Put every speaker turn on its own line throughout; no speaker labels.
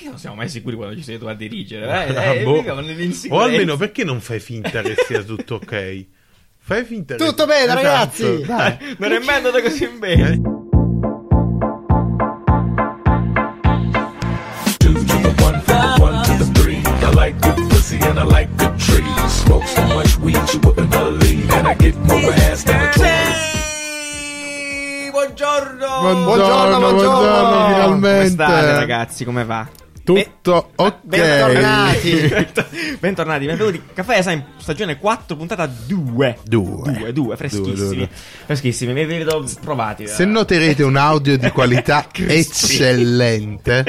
perché non siamo mai sicuri quando ci sei tu a dirigere?
Ah,
Eh, eh,
boh.
viviamo
O
nell'insicurezza.
almeno perché non fai finta che sia tutto ok? Fai finta che-
Tutto bene,
Esatto.
ragazzi!
Dai.
Non è mai andato così bene.
two to the one, from the one to the three. I like good pussy and I like good trees. Smoke so much weed you wouldn't believe, and I get more ass than a tourist.
Sì, Buongiorno.
Buongiorno, buongiorno,
Come
finalmente.
state ragazzi? Come va?
Tutto ok.
Bentornati. bentornati, benvenuti. Caffè Design stagione 4 puntata 2.
Due.
2, 2, freschissimi.
Due, due, due.
Freschissimi, mi vedo provati. eh,
Se noterete un audio di qualità
Crispy.
eccellente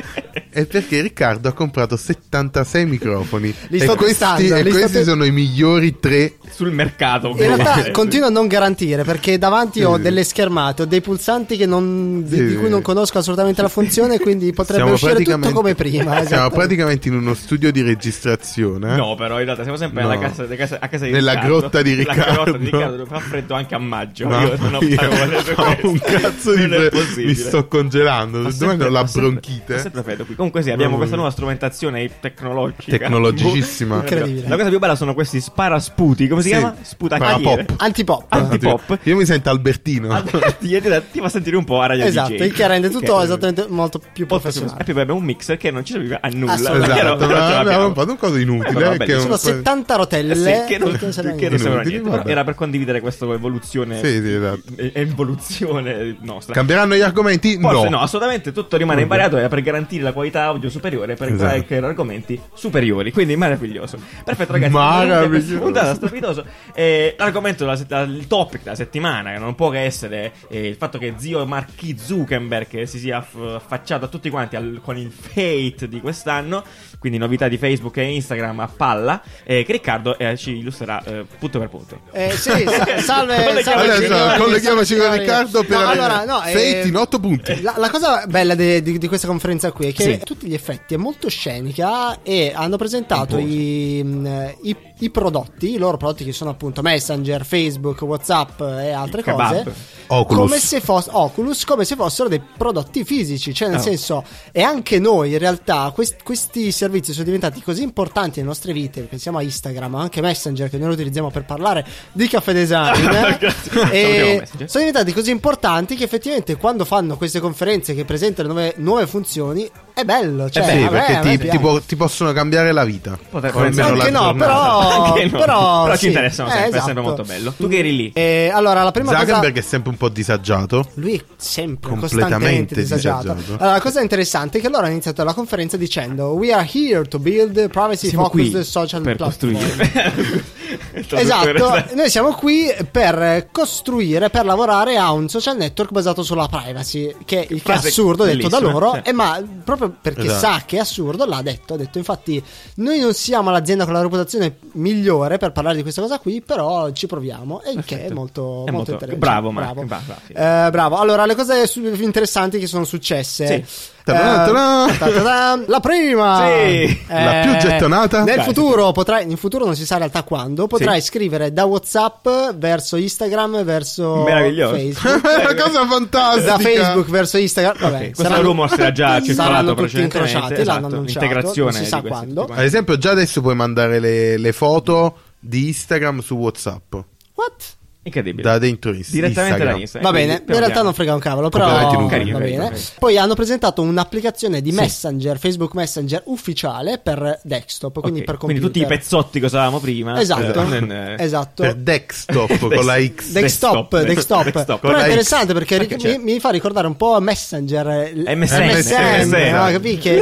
è perché Riccardo ha comprato 76 microfoni
Li
e
sto
questi,
testando,
e
li sto
questi
te-
sono i migliori tre
sul mercato.
In realtà
ovviamente.
continuo a non garantire perché davanti ho
Sì.
delle schermate, ho dei pulsanti che non- di,
Sì.
di cui non conosco assolutamente la funzione, quindi potrebbe
Siamo
uscire tutto
praticamente-
come prima.
Siamo
esatto.
praticamente in uno studio di registrazione. eh?
No, però in realtà siamo sempre
No.
alla casa, di casa, a casa di
Nella
Riccardo.
grotta di
Nella
Riccardo.
grotta di Riccardo, dove fa freddo anche a maggio.
Mamma
Io non ho
mia,
parole su
ho
questo.
un cazzo di
Non è
fre-
possibile.
mi sto congelando.
Fa
Se domani
sempre-
ho la
fa sempre-
bronchite.
fa sempre freddo qui. Comunque sì, abbiamo
Mamma
questa
mia.
nuova strumentazione tecnologica.
Tecnologicissima.
Boh,
Incredibile.
La cosa più bella sono questi sparasputi. Come si
Sì,
chiama? Sputacchiere.
parapop.
Antipop.
Anti- Antipop.
Io mi sento Albertino.
Ti, ti, ti fa sentire un po' a radio
Esatto,
DJ.
il che rende tutto
Ok.
esattamente molto più
Poi facciamo- E
professionale.
poi abbiamo un mixer che non ci serviva a nulla.
Assolutamente.
perché
esatto,
non- non ce
ma
l'abbiamo.
abbiamo un po' di un coso
Però
inutile.
vabbè,
Che è
ci
Sono
un...
70 rotelle.
Eh Sì, che non,
Perché non
che non sembra
Inutili,
niente, però
vabbè.
era per condividere questa evoluzione
Sì, sì, esatto.
e- evoluzione nostra
Cambieranno gli argomenti?
Forse
no.
no. assolutamente tutto rimane invariato era per garantire la qualità audio superiore per
Esatto.
creare argomenti superiori quindi meraviglioso perfetto ragazzi
Maraviglioso.
puntata strepitoso Eh, l'argomento della sett- il topic della settimana che non può che essere eh, il fatto che zio Marchi Zuckerberg che si sia aff- affacciato a tutti quanti al- con il fate di quest'anno quindi novità di Facebook e Instagram a palla eh, che Riccardo eh, ci illustrerà eh, punto per punto
Eh, sì, sa- salve,
Colleghiamoci-
salve
Adesso,
signori,
colleghiamoci
salve
con
signori.
Riccardo per
No,
avere
allora, no, eh,
Fate in otto punti.
La, la cosa bella de- di, di questa conferenza qui è che
Sì.
a tutti gli effetti è molto scenica e hanno presentato
Un po'.
i, mh, i- i prodotti, i loro prodotti che sono appunto Messenger, Facebook, Whatsapp e altre
Il kebab.
cose.
Oculus.
Come se fossero Oculus, come se fossero dei prodotti fisici, cioè nel
Oh.
senso, e anche noi in realtà quest- questi servizi sono diventati così importanti nelle nostre vite, pensiamo a Instagram, ma anche Messenger che noi lo utilizziamo per parlare di caffè design. eh.
Grazie. Salutiamo
e
Messenger.
sono diventati così importanti che effettivamente quando fanno queste conferenze che presentano nuove, nuove funzioni è bello. Cioè,
Eh sì,
a me- a me
perché ti,
piace.
ti po- ti possono cambiare la vita.
Potrebbe
O
essere.
almeno la
Anche no,
giornata.
però-
Anche no.
però
Però
sì.
ci interessano
Eh,
sempre, è
esatto.
sempre molto bello. Tu che eri lì?
Eh, allora, la prima cosa...
Zuckerberg è sempre un po' disagiato.
Lui è sempre
Completamente
costantemente disagiato.
disagiato.
Allora, la cosa interessante è che loro hanno iniziato la conferenza dicendo: We are here to build privacy
Siamo qui
focused social
per
platform.
costruire.
Esatto, noi siamo qui per costruire, per lavorare a un social network basato sulla privacy, che, il che è
Frase
assurdo detto da
bellissima,
loro,
sì.
e ma proprio perché
Esatto.
sa che è assurdo l'ha detto, ha detto infatti noi non siamo l'azienda con la reputazione migliore per parlare di questa cosa qui, però ci proviamo e il che è
Perfetto.
molto,
È
molto
molto-
interessante.
bravo, Mark, bravo, bravo, sì.
Eh, bravo. allora le cose su- interessanti che sono successe.
Sì.
Eh,
Ta-da-da-da.
ta-da-da. la prima, Eh,
Sì.
La più gettonata.
nel
Dai.
futuro potrai, in futuro non si sa in realtà quando potrai scrivere da WhatsApp verso Instagram verso
Meraviglioso.
Facebook
È una cosa fantastica.
da Facebook verso Instagram vabbè
Ok, questo rumor era già circolato
saranno tutti
precedentemente,
incrociati
esatto,
l'hanno annunciato
l'integrazione
non si
di
sa
questi
quando
tutti
Ad esempio, già adesso puoi mandare le, le foto di Instagram su WhatsApp.
what?
Incredibile.
Da dentro Inst-
Direttamente da
Instagram.
Instagram.
Va bene, in realtà non frega un cavolo, però
Completamente
va
inutile.
bene.
Carino, carino.
Poi hanno presentato un'applicazione di Messenger, Facebook Messenger ufficiale per desktop, quindi
Ok,
per computer.
quindi tutti i pezzotti che usavamo prima.
Esatto.
eh, non, eh,
Esatto.
Per desktop con la X.
Desktop,
Desktop, desktop.
desktop.
Con
Però è
la
interessante perché,
Perché
ri- mi, mi fa ricordare un po' Messenger, eh,
MSN,
MSN, no?
MSN.
Capì? Che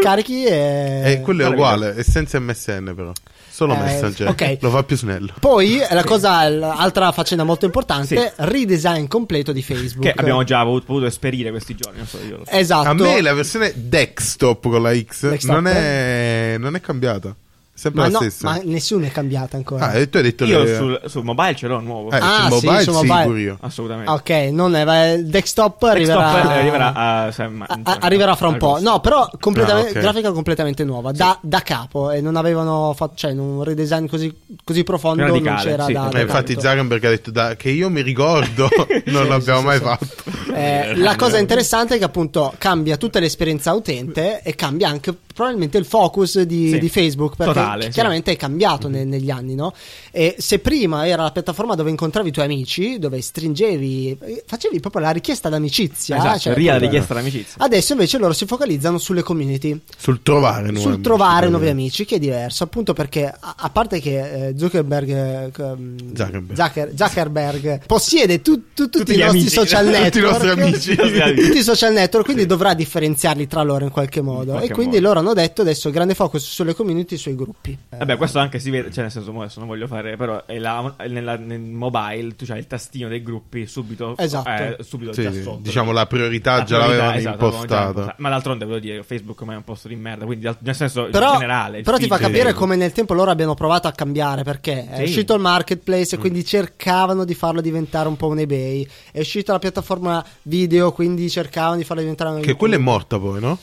scarichi e...
E Eh, quello è
Meraviglioso.
uguale, è senza MSN però. Solo
Eh,
Messenger.
ok.
Lo fa più snello.
Poi la cosa, l'altra faccenda molto importante, redesign completo di Facebook.
Che abbiamo già avuto- potuto esperire questi giorni. Non so, io lo so.
Esatto.
A me la versione desktop con la X
Desktop, eh.
non è, non è cambiata. È sempre
ma,
la
no,
stessa.
ma nessuno è cambiata ancora.
Ah, e tu hai detto
Io
che-
sul, sul mobile ce l'ho nuovo.
eh,
Ah,
sul
sì,
mobile,
sul
sì,
mobile.
pure io.
Assolutamente.
Ah, Ok, non è, va- il desktop, arriverà,
Desktop arriverà a- se- ma-
a- a- arriverà fra un po'.
agosto.
No, però completamente,
Ah, ok.
grafica completamente nuova, da, da capo. E non avevano fatto, cioè, in un redesign così, così profondo
Radicale,
non c'era
sì.
da.
Eh,
da
Eh, infatti
tanto.
Zuckerberg ha detto da- che io mi ricordo, non l'abbiamo mai fatto.
Eh, la cosa interessante è che appunto cambia tutta l'esperienza utente e cambia anche probabilmente il focus di,
Sì.
di Facebook perché
Totale, sì. Mm-hmm.
chiaramente è cambiato ne- negli anni no? e se prima era la piattaforma dove incontravi i tuoi amici dove stringevi eh, facevi proprio la richiesta d'amicizia
Esatto,
cioè,
ria la
proprio-
richiesta d'amicizia.
adesso invece loro si focalizzano sulle community
Sul trovare nuovi
sul
amici,
trovare
eh.
nuovi amici, che è diverso, appunto perché a, a parte che eh, Zuckerberg, eh, c- mm,
Zuckerberg.
Zucker- Zuckerberg possiede tu- tu- tutti,
Tutti
i
gli
nostri
amici.
social
Tutti i
network,
nostri amici.
Tutti
tutti i social network, quindi dovrà differenziarli tra loro in qualche modo.
qualche
e quindi
modo.
loro hanno detto adesso grande focus sulle community e sui gruppi. Eh,
Vabbè, questo anche si vede, cioè nel senso, mo adesso non voglio fare, però è la- è nella- nel mobile tu c'hai il tastino dei gruppi subito,
Esatto.
eh, subito
Sì,
già
sì,
sotto.
diciamo la priorità
La
già
priorità,
l'avevano
esatto, l'avevamo già
impostata.
impostata. Ma d'altronde voglio dire, Facebook ormai è un posto di merda, quindi al- nel senso
Però,
in generale. il
però ti fa
feed-
capire come nel tempo loro abbiano provato a cambiare perché è
Sì.
uscito il marketplace e quindi cercavano di farlo diventare un po' un eBay, è uscita la piattaforma video quindi cercavano di farlo diventare un
Che quella è morta poi, no?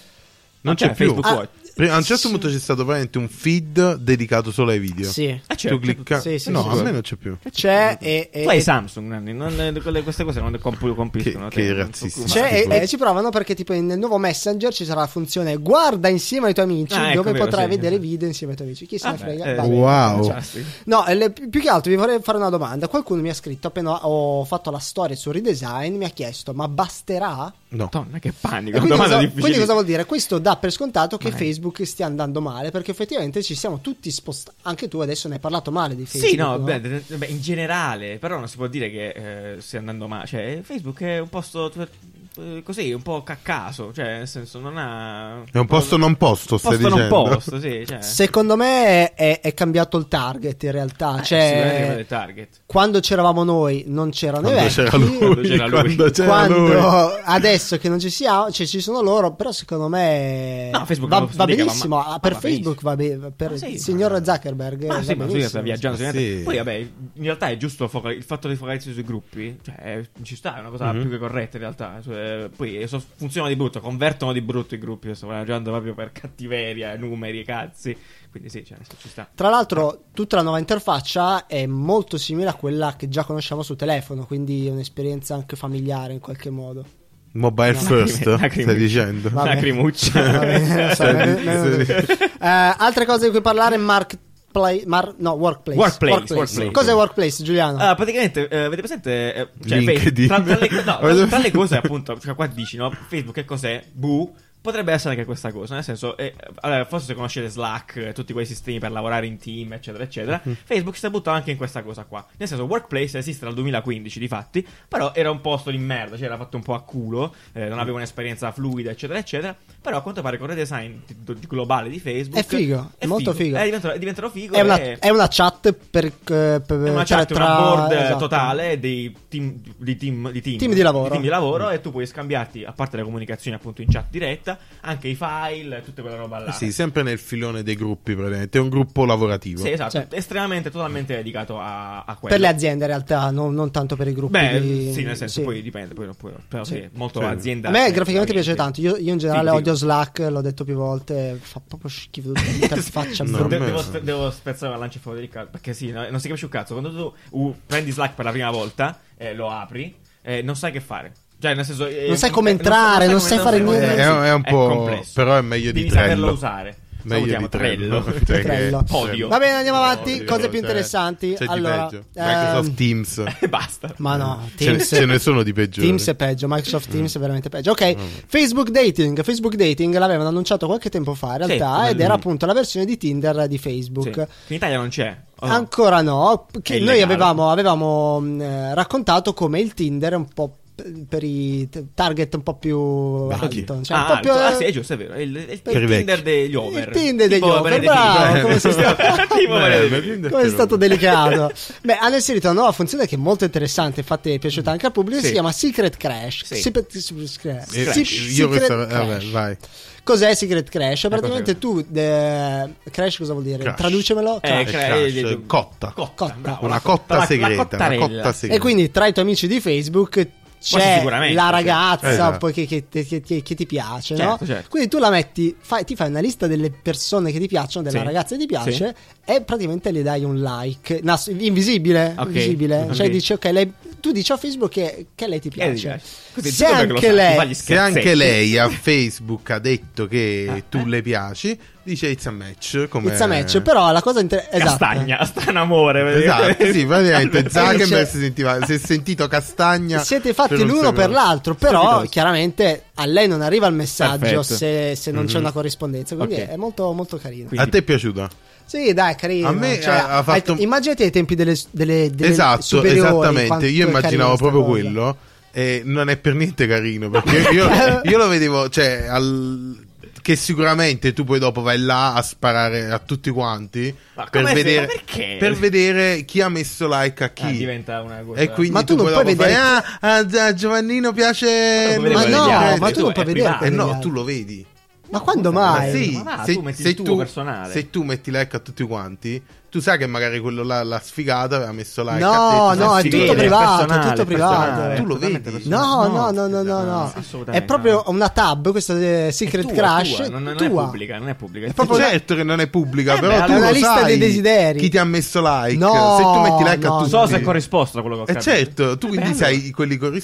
Non
Ah, cioè,
c'è più.
Facebook
Ah,
Watch.
Prima- A un certo punto c'è stato veramente un feed dedicato solo ai video.
Sì. Certo.
Ah, c'è-
Tu clicca-
sì, sì,
no,
sì,
a
sì.
me non c'è più.
C'è e, e-
Tu hai Samsung, Nanni, non- eh, quelle- queste cose non le comp- compiscono.
Che- che
te.
razzisti.
c'è
Ma-
e-
tipo-
e ci provano perché tipo nel nuovo Messenger ci sarà la funzione guarda insieme ai tuoi amici
Ah, ecco,
dove
vero,
potrai
sì,
vedere
sì.
video insieme ai tuoi amici. Chi se
Ah,
ne frega?
beh, eh,
va bene.
Wow.
Fantastico.
No, e le- più più che altro vi vorrei fare una domanda. Qualcuno mi ha scritto appena ho fatto la storia sul redesign, mi ha chiesto "Ma basterà?"
No.
Madonna, che
E
panico.
quindi,
domanda
cosa,
difficile.
quindi cosa vuol dire? Questo dà per scontato che
Vai.
Facebook stia andando male, perché effettivamente ci siamo tutti spostati. Anche tu adesso ne hai parlato male di Facebook.
Sì, no, beh, de- de- beh, in generale, però non si può dire che eh, stia andando male. Cioè, Facebook è un posto per- eh, così, un po' a caso. Cioè, nel senso, non ha.
È un posto non posto, stai
Posto non
dicendo.
posto, sì. Cioè,
Secondo me è, è- è cambiato il target in realtà.
Eh, sicuramente quello è
cioè,
il target.
quando c'eravamo noi non c'erano
Quando
i vecchi.
c'era lui,
Quando c'era lui.
quando c'era
Quando-
lui.
adesso che non ci siamo, cioè ci sono loro, però secondo me
No, Facebook
va,
non
va
dica, ma-
benissimo.
ma-
ah, per
ma va
Facebook va bene, per
Ma sì,
il
ma-
signor Zuckerberg.
Ma
va
sì, ma lui sta
benissimo.
viaggiando.
Sì.
sicuramente. Poi, vabbè, in realtà è giusto foca- il fatto di focalizzarsi sui gruppi. Cioè, è- ci sta, è una cosa più che corretta, in realtà. Cioè, poi so- funziona di brutto, convertono di brutto i gruppi. Sto ragionando proprio per cattiveria, numeri, cazzi. Quindi, sì, cioè, ci sta.
Tra l'altro, tutta la nuova interfaccia è molto simile a quella che già conosciamo su telefono, quindi è un'esperienza anche familiare in qualche modo.
Mobile first,
lacrime.
stai dicendo.
Va bene.
Lacrimuccia.
Va bene, lo so,
Sì,
me- me- me-
sì.
Eh, altre cose di cui parlare, Mark. Play- mar- no, workplace.
Workplace, workplace.
Cos'è workplace, Giuliano?
Ah, praticamente, eh, avete presente? eh, cioè,
LinkedIn.
Facebook- tra, tra le, no, tra-
Avete-
tra le cose, appunto, cioè, qua dici, no? Facebook che cos'è? Bu. Potrebbe essere anche questa cosa, nel senso, eh, allora, forse se conoscete Slack, eh, tutti quei sistemi per lavorare in team, eccetera, eccetera,
Mhm.
Facebook si è buttato anche in questa cosa qua. Nel senso, Workplace esiste dal 2015, di fatti, però era un posto di merda, cioè era fatto un po' a culo, eh, non aveva un'esperienza fluida, eccetera, eccetera, però a quanto pare con il redesign di- di- globale di Facebook...
È figo, è molto figo.
È diventato, è diventato figo
è, una,
e-
è una chat per, eh, per-
è una
cioè,
chat,
tra-
una board eh,
esatto.
totale dei team, di team, di team,
Team di lavoro.
team di lavoro, e tu puoi scambiarti, a parte le comunicazioni appunto in chat diretta, anche i file, tutte quella roba là.
Sì, sempre nel filone dei gruppi, praticamente. È un gruppo lavorativo.
Sì, esatto,
Cioè-
estremamente, totalmente dedicato a, a quello.
Per le aziende in realtà, non, non tanto per i gruppi.
Beh,
di-
sì, nel senso,
sì.
poi dipende, poi, poi- però
Sì.
sì, molto
Sì.
azienda.
A me
eh,
graficamente piace
veramente.
tanto. Io, io in generale
Figo,
odio
figo.
Slack, l'ho detto più volte. Fa proprio schifo. L'interfaccia
No,
De-
a me-
brutta.
devo, spe- devo spezzare la lancia a favore di Riccardo perché sì, no- non si capisce un cazzo. Quando tu uh, prendi Slack per la prima volta, eh, lo apri, eh, non sai che fare. Cioè, nel senso, eh,
Non sai come entrare, non sai fare
come-
niente.
È- è un
sì,
po',
complesso.
però è meglio di
Devi saperlo
Trello.
usare.
Meglio di Trello.
Trello.
Cioè che-
Trello.
Odio.
Va bene, andiamo
No,
avanti.
dico,
Cose più
cioè,
interessanti.
c'è di
allora,
peggio.
ehm,
Microsoft Teams.
E basta.
Ma no,
Ce ne-
Teams,
ce ne sono di peggiori.
Teams è peggio, Microsoft
Mm.
Teams è veramente peggio. Ok, Facebook Dating. Facebook Dating l'avevano annunciato qualche tempo fa, in
Sì,
realtà,
come
ed
lui.
era appunto la versione di Tinder di
Sì.
Facebook.
Che in Italia non c'è. Oh, no.
Ancora no, che
È
noi
illegale.
avevamo, avevamo, mh, eh, raccontato come il Tinder è un po' p- per i t- target un po' più
Vecchi.
alto, cioè
ah,
un po' più
alto. Ah,
eh,
sì, è giusto, è vero. È il, è il
Per i
Tinder
vecchi.
degli over.
Il Tinder degli
Tipo
over,
Benedetto.
bravo,
Eh,
come si sta?
tipo Benedetto.
Come è stato delicato? Beh, hanno inserito una nuova funzione che è molto interessante, infatti è piaciuta anche al pubblico,
Mm. Sì.
si chiama Secret Crash.
Sì.
Secret, Secret Crash.
Eh,
Sì,
io
Secret
questa-
Crash.
vabbè, vai.
Cos'è Secret
Ecco,
Crash? Praticamente tu eh, Crash cosa vuol dire?
Crash.
Traducemelo.
Eh,
Crash.
cra-
Crash,
eh,
cioè, cotta.
Cotta,
Cotta.
bravo,
Una
la
cotta
la- la
segreta. Una
cottarella.
cotta
E
segreta.
quindi tra i tuoi amici di Facebook c'è
sicuramente,
la
sì.
ragazza
Esatto.
poi che, che- che- che- che ti piace, no?
Certo, certo.
Quindi tu la metti, fai- ti fai una lista delle persone che ti piacciono, della
Sì.
ragazza che ti piace e praticamente le dai un like, Nas- invisibile,
Ok,
invisibile. Cioè
ok.
dici ok, lei- tu dici a Facebook che, che lei ti
Che
piace.
gli piace? Così,
Se
tu dov'è che
anche
lo sai? Ti
lei
fa gli
Se
scherzetti.
anche lei a Facebook ha detto che
Ah,
tu
eh?
le piaci, dice it's a match. Come...
It's a match, però la cosa esatto. interessante
Castagna, sta un amore.
Esatto, sì, praticamente Zuckerberg
cioè,
Dice-
si, sentiva, si è sentito castagna.
Siete fatti
per un
l'uno
secondo.
per l'altro,
Sì,
però
sì, sì.
chiaramente a lei non arriva il messaggio
Perfetto.
se, se non c'è
Mhm.
una corrispondenza, quindi
Ok.
è molto, molto carino.
Quindi-
A te è piaciuto?
Sì, dai, è carino.
A me ha- ha
ai-
fatto-
Immaginate ai tempi delle, delle, delle
esatto,
superiori, quanto
esattamente. Io
è
immaginavo
carina sta
proprio
cosa.
quello. E non è per niente carino perché io, io lo vedevo, cioè, al- che sicuramente tu poi dopo vai là a sparare a tutti quanti
Ma
per
come se-
vedere,
ma perché?
per vedere chi ha messo like a chi.
Ah, diventa una cosa.
E quindi
Ma tu
tu,
non
poi
puoi
dopo fai,
vedere-
"Ah, a, a Giovannino piace.
Ma
Ma
Quello
no,
degli altri,
ma tu
tu
non
è
puoi
privato.
vedere.
Eh no,
ragazzi.
tu lo vedi.
Ma quando
Ma
mai?
Ma sì,
ma va,
se,
tu metti
se
il tuo personale.
se tu metti like a tutti quanti, tu sai che magari quello là, la sfigata, aveva messo like.
No,
ha detto,
no,
"Sì,
è
si
tutto
vede".
vede,
privato, è
personale,
tutto privato.
personale,
Tu lo
totalmente
vedi?
personale.
No, no, no, no, no, no.
assolutamente
È proprio
no.
una tab, questa eh, Secret
È tua,
Crash.
tua, non, non è
tua.
pubblica, non è pubblica.
È proprio-
certo che non è pubblica,
Eh,
però
beh,
tu
è
una
lo
lista
sai
dei desideri.
chi ti ha messo like.
No,
se tu metti like
no,
a
Non
tutti,
so se è corrisposto a quello che ho
Eh,
capito.
certo, tu
Eh,
quindi
beh,
sai quelli
allora, beh,
corrisposti a te. tutti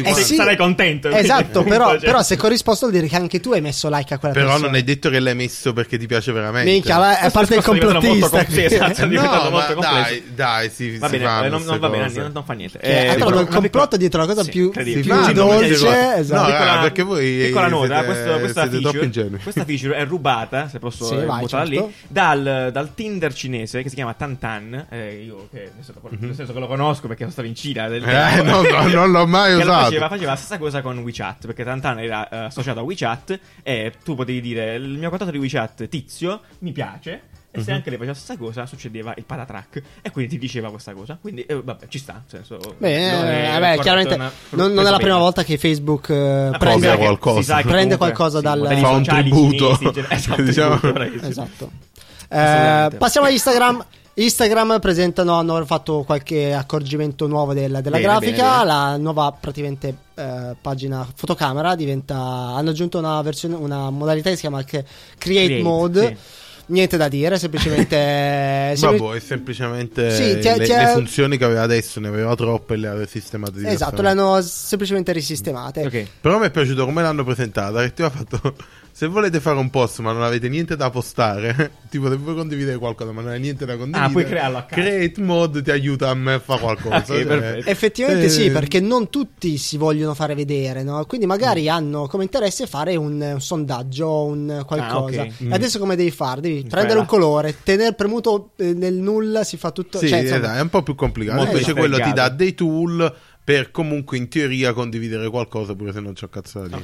eh,
quanti.
sì, Sarai contento. quindi.
Esatto,
Cioè,
però, però se corrisposto vuol dire che anche tu hai messo like a quella
Però
persona.
non è detto che l'hai messo perché ti piace veramente.
Minchia, va- a
questo
parte il
discorso diventa molto
complottista.
compl- sì, esatto, è diventato
No,
molto
ma
complesso.
dai, dai, si,
Va
si
bene,
fanno
eh, non, non
queste
va bene,
cose.
non, non fa niente.
Che ha trovato il complotto dietro la cosa più-
Si
incredibile.
più
fanno
dolce,
queste cose.
esatto.
No,
Piccola-
raga, perché voi
piccola nota,
siete-
questo- questa,
siete troppo
feature,
ingenui.
questa feature è rubata, se posso
Sì,
eh,
vai,
buttarla
certo.
lì, dal, dal Tinder cinese che si chiama Tantan. eh, io che nel senso, nel senso che lo conosco perché sono stato in Cina. del-
Eh, no, no, non l'ho mai
Eh,
che lo
esatto.
usato.
faceva, faceva la stessa cosa con WeChat perché Tantan era eh, associato a WeChat e tu potevi dire il mio contatto di WeChat tizio mi piace e
Mhm.
se anche lei faceva la stessa cosa succedeva il patatrack e quindi ti diceva questa cosa quindi eh, vabbè ci sta nel senso,
Beh,
non è
eh, vabbè,
corretto,
chiaramente
una-
non, non è la
penso
prima
bene.
volta che Facebook eh,
Ma
prende
poi si sa che-
Copia qualcosa.
si sa che
Prende
comunque-
qualcosa
sì,
dal-
modelli
Fa un
sociali
tributo.
cinesi, in genere- esatto, un
Diciamo.
tributo, ragazzi.
Esatto. Eh,
Assolutamente.
passiamo a Instagram. Instagram presentano, hanno fatto qualche accorgimento nuovo della, della
Bene,
grafica,
bene, bene.
la nuova praticamente eh, pagina fotocamera diventa, hanno aggiunto una, versione, una modalità che si chiama che- Create,
Create,
Mode,
sì.
niente da dire, semplicemente...
Ma
sempli-
boh, è semplicemente
Sì, ti ha-
le,
ti ha-
le funzioni che aveva adesso, ne aveva troppe e le aveva sistemate
esatto, le
diversamente.
hanno semplicemente risistemate.
Ok.
Però mi è piaciuto come l'hanno presentata, che ti ha fatto se volete fare un post ma non avete niente da postare, tipo se vuoi condividere qualcosa ma non hai niente da condividere,
Ah, puoi crearlo a caso.
Create mod ti aiuta a me a fare qualcosa.
Ok, perfetto.
Effettivamente
eh,
sì, perché non tutti si vogliono fare vedere, no? Quindi magari hanno come interesse fare un, un sondaggio, un qualcosa.
ok.
E adesso come devi fare? Devi prendere
Bella.
un colore, tenere premuto eh, nel nulla, si fa tutto.
Sì,
cioè, insomma,
esatto, è un po' più complicato.
Molto
Invece quello ti dà
ristregato.
dei tool per comunque in teoria condividere qualcosa pure se non c'ho cazzo da dire.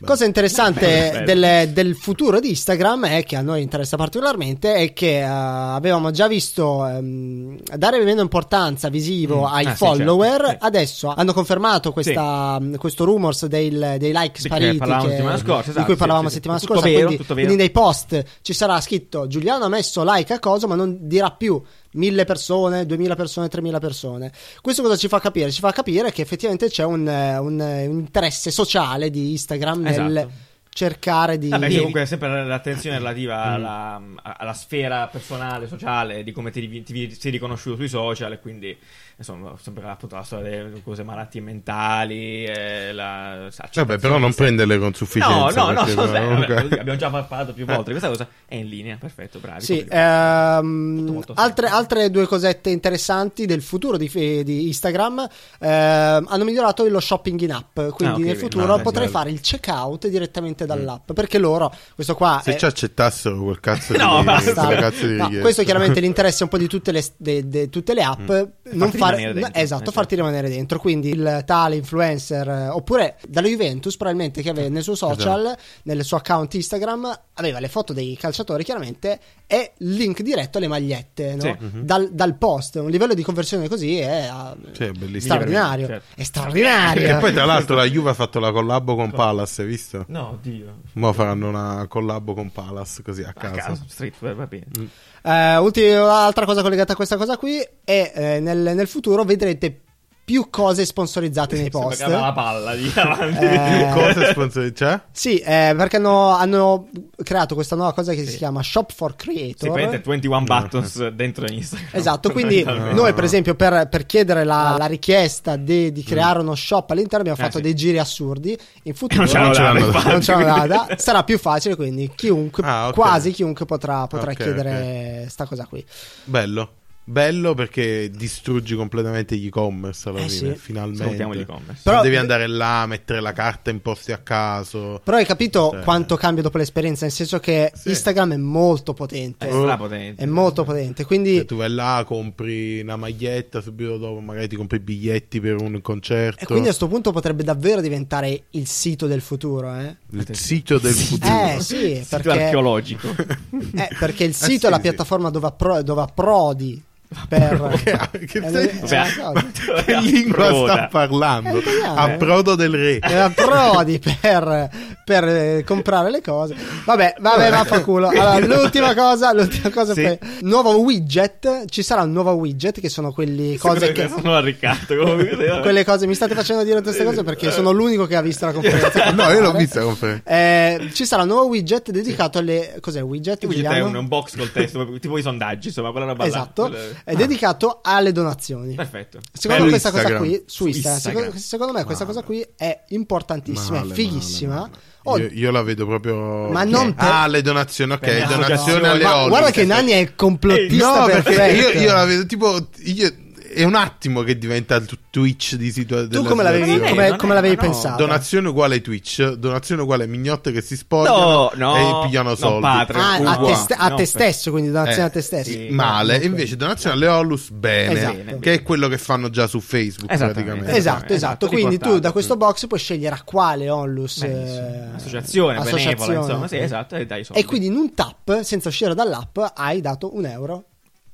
Ok.
Cosa interessante
Bello.
del, del futuro di Instagram è che a noi interessa particolarmente è che eh, avevamo già visto ehm, dare meno importanza visivo
Mm.
ai
Ah, sì,
follower,
certo, sì.
adesso hanno confermato questa, mh, questo rumors del- dei like
Di cui
spariti
parlavamo
che-
settimana scorsa,
di
esatto,
cui
sì, sì,
parlavamo
sì.
settimana
Tutto
scorsa,
vero,
quindi,
tutto vero.
quindi nei post ci sarà scritto Giuliano ha messo like a cosa ma non dirà più mille persone, duemila persone, tremila persone. Questo cosa ci fa capire? Ci fa capire che effettivamente c'è un, eh, un, eh, un interesse sociale di Instagram nel
Esatto.
cercare di...
Vabbè, sì, comunque è sempre l'attenzione relativa
Mm.
alla, alla sfera personale, sociale, di come ti, rivi- ti- sei riconosciuto sui social e quindi insomma sempre appunto la storia delle cose malattie mentali e la
Vabbè, però non prenderle con
No,
sufficienza.
no, no,
perché
so-
però
eh,
comunque- Eh.
vabbè, abbiamo già par- parlato più volte di questa cosa, è in linea, perfetto, bravi.
Sì, eh.
complimenti.
ehm,
Molto, molto
altre,
semplice.
altre due cosette interessanti del futuro di, eh, di Instagram ehm, hanno migliorato lo shopping in app, quindi
Ah, ok,
nel
bene.
futuro
No, beh,
potrai
bello.
fare il checkout
Mm.
direttamente dall'app, perché loro, questo qua...
Se
è-
ci accettassero quel cazzo di
Eh. No, ma-
quelle
basta.
cazzo di
No,
richieste.
questo è chiaramente l'interesse un po' di tutte le, de- de- tutte le app. Non
Mm. Farti
fare-
rimanere dentro,
no, esatto,
esatto.
farti rimanere dentro. Quindi il tale influencer, eh, oppure dalla Juventus, probabilmente che aveva nel suo
Esatto.
social, nel suo account Instagram, aveva le foto dei calciatori, chiaramente, e link diretto alle magliette no?
Sì.
Mhm.
dal, dal post. Un livello di conversione così è ah,
Sì, è bellissimo.
straordinario.
Certo.
È
Che
straordinario.
poi tra l'altro la Juve ha fatto la collabo con Palace, hai visto?
No, oddio.
Mo faranno una collabo con Palace così a
A
caso.
caso, street, va va bene.
Mm. Eh, ultima, altra cosa collegata a questa cosa qui è eh, nel, nel futuro vedrete più cose sponsorizzate nei
Sembra che
post.
aveva la palla lì davanti.
Eh,
Cosa sponsor- cioè?
Sì, eh, perché hanno, hanno creato questa nuova cosa che si chiama Shop for Creator.
Si prende 21 buttons dentro Instagram.
Esatto, quindi
Fondamentalmente.
noi per esempio per, per chiedere la, la richiesta di, di creare uno shop all'interno abbiamo
Esatto. Mm. Eh,
fatto
sì.
dei giri assurdi, in futuro
Non ce l'hanno
data,
infatti,
non ce l'hanno
quindi-
data. sarà più facile quindi chiunque,
Ah, ok.
quasi chiunque potrà, potrà
Ok,
chiedere sta cosa qui.
Bello. Bello perché distruggi completamente gli e-commerce alla
Eh,
fine,
sì.
finalmente.
Salutiamo l'e-commerce.
Però-
Non devi andare là, mettere la carta in posti a caso.
Però hai capito
Cioè-
quanto cambia dopo l'esperienza, nel senso che
Sì.
Instagram è molto potente,
È strapotente.
è molto potente, quindi...
Cioè, tu vai là, compri una maglietta, subito dopo magari ti compri i biglietti per un concerto.
E quindi a questo punto potrebbe davvero diventare il sito del futuro, eh?
Il sito del futuro.
Eh sì,
Sito
perché
archeologico.
Eh, perché il sito
sì,
è la
sì.
piattaforma dove, appro- dove approdi per...
Che- che
Eh,
stai
eh,
Vabbè,
dicendo?
cosa?
ma-
che lingua
Proda.
sta parlando?
Eh, italiano, eh.
A prodo del re.
eh, approdi per, per, eh, comprare le cose. Vabbè, vabbè, vaffanculo. Allora, l'ultima cosa, l'ultima cosa
Sì.
per- nuovo widget, ci sarà un nuovo widget che sono quelli cose che
sono a ricatto. comunque.
quelle cose mi state facendo dire queste cose perché sono l'unico che ha visto la conferenza.
No, io l'ho vista la conferenza.
Eh, ci sarà un nuovo widget dedicato alle cos'è widget,
Che Quindi c'è un,
Giuliano?
un box col testo, tipo i sondaggi, insomma, quella Eh, roba là.
Esatto,
Quelle-
è dedicato alle donazioni.
Perfetto.
Secondo
Bello
me questa cosa
Instagram.
qui su
Su
Instagram,
Instagram.
secondo, secondo me questa cosa qui è importantissima,
Male,
è fighissima.
male, male.
Oh,
Io, io la vedo proprio.
Ma non per-
Ah, le donazioni, ok.
Per le
donazioni
associazioni.
alle
Ma
ma
Olmi.
guarda che Nani è complottista
No, perché
perfetto.
io, io la vedo tipo. io- è un attimo che diventa il tu- Twitch di situazione.
tu come
Ma
l'avevi,
non è-
come-
non è-
come l'avevi
ma no.
pensato?
Donazione uguale Twitch, donazione uguale mignotte che si spogliano
No, no.
e pigliano
no,
soldi.
padre,
Ah, a te,
uguale.
st- a
No,
te
per-
stesso, quindi donazione
Eh,
a te stesso.
sì.
Male,
Ok.
invece donazione alle Olus bene,
Esatto.
che è quello che fanno già su Facebook
Esattamente.
praticamente.
Esatto, esatto,
Esatto,
Quindi tu
riportato.
da questo box puoi scegliere a quale onlus eh,
Benissimo. Associazione, benevola, insomma, sì, esatto, e dai i soldi.
E quindi in un tap, senza uscire dall'app, hai dato un euro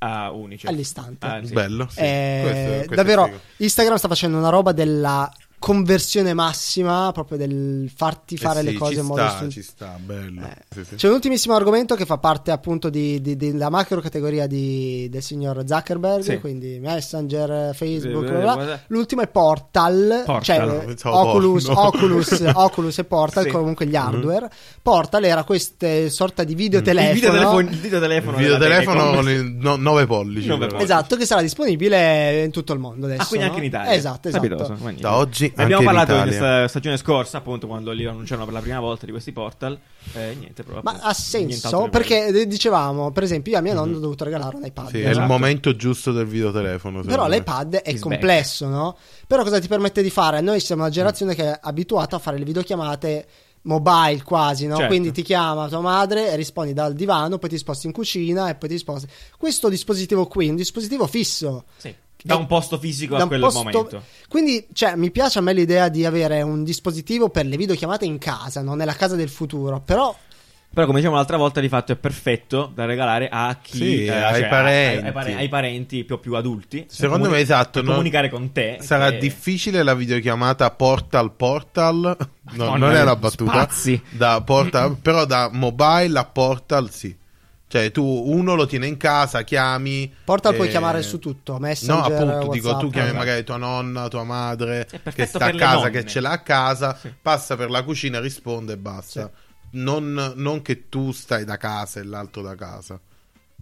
a Unicef.
all'istante.
Ah, sì.
Bello, sì.
Eh,
Questo- questo è
davvero,
figo.
Instagram sta facendo una roba della conversione massima, proprio del farti fare
Eh sì,
le cose
ci
in modo cioè,
sta,
stupido.
ci sta, bello.
Ah,
Sì, sì.
Eh. C'è un ultimissimo argomento che fa parte appunto di- di- della macro categoria di- del signor Zuckerberg,
Sì.
quindi Messenger, Facebook,
Sì,
bla bla bla.
guarda.
l'ultimo è Portal,
Portal,
cioè eh,
pensavo
Oculus,
porno.
Oculus, Oculus e Portal,
Sì. Mhm.
comunque gli hardware. Portal era queste sorta di
Mm.
videotelefono.
Il videotelefono, il videotelefono,
Il videotelefono
della
con
Telecom.
i no- 9 pollici.
Nove
però.
pollici.
Esatto, che sarà disponibile in tutto il mondo adesso.
Ah, quindi anche
no?
in Italia.
Esatto, esatto.
Capitoso, magnifico.
Da oggi
Ne abbiamo
anche in
parlato in
Italia.
sta- stagione scorsa, appunto, quando li annunciarono per la prima volta di questi portal. Eh, niente, però,
Ma
appunto,
ha senso?
nient'altro di
Perché eh, dicevamo, per esempio, io a mia
Mhm.
nonna ho dovuto regalare un iPad.
Sì, è il
Esatto.
momento giusto del videotelefono.
Però
secondo me.
l'iPad è
Is
complesso, no? Però cosa ti permette di fare? Noi siamo una generazione che è abituata a fare le videochiamate mobile quasi, no?
Certo.
Quindi ti chiama tua madre e rispondi dal divano, poi ti sposti in cucina e poi ti sposti. Questo dispositivo qui è un dispositivo fisso.
Sì, da un posto fisico
Da
a
un
quel
posto-
momento.
Quindi, cioè, mi piace a me l'idea di avere un dispositivo per le videochiamate in casa, no? Nella casa del futuro. Però
Però, come dicevamo l'altra volta, di fatto è perfetto da regalare a chi eh, cioè,
Sì, ai
a-
parenti.
ai, pare- ai parenti più, più adulti.
Secondo
Per
me,
comuni-
esatto.
Cioè, per
non-
comunicare con te eh.
Sarà
che-
difficile la videochiamata Portal Portal. No,
Madonna,
non è una
gli
battuta.
spazi.
Da portal, però da mobile a Portal, sì. Cioè, tu uno lo tiene in casa, chiami.
Portal puoi
eh,
chiamare su tutto, Messenger,
No, appunto,
WhatsApp, eh,
dico, tu chiami
esatto.
magari tua nonna, tua madre,
perfetto
che sta a
per le
casa,
nonne.
che ce l'ha a casa, passa per la cucina, risponde e basta. Non, non che tu stai da casa e l'altro da casa.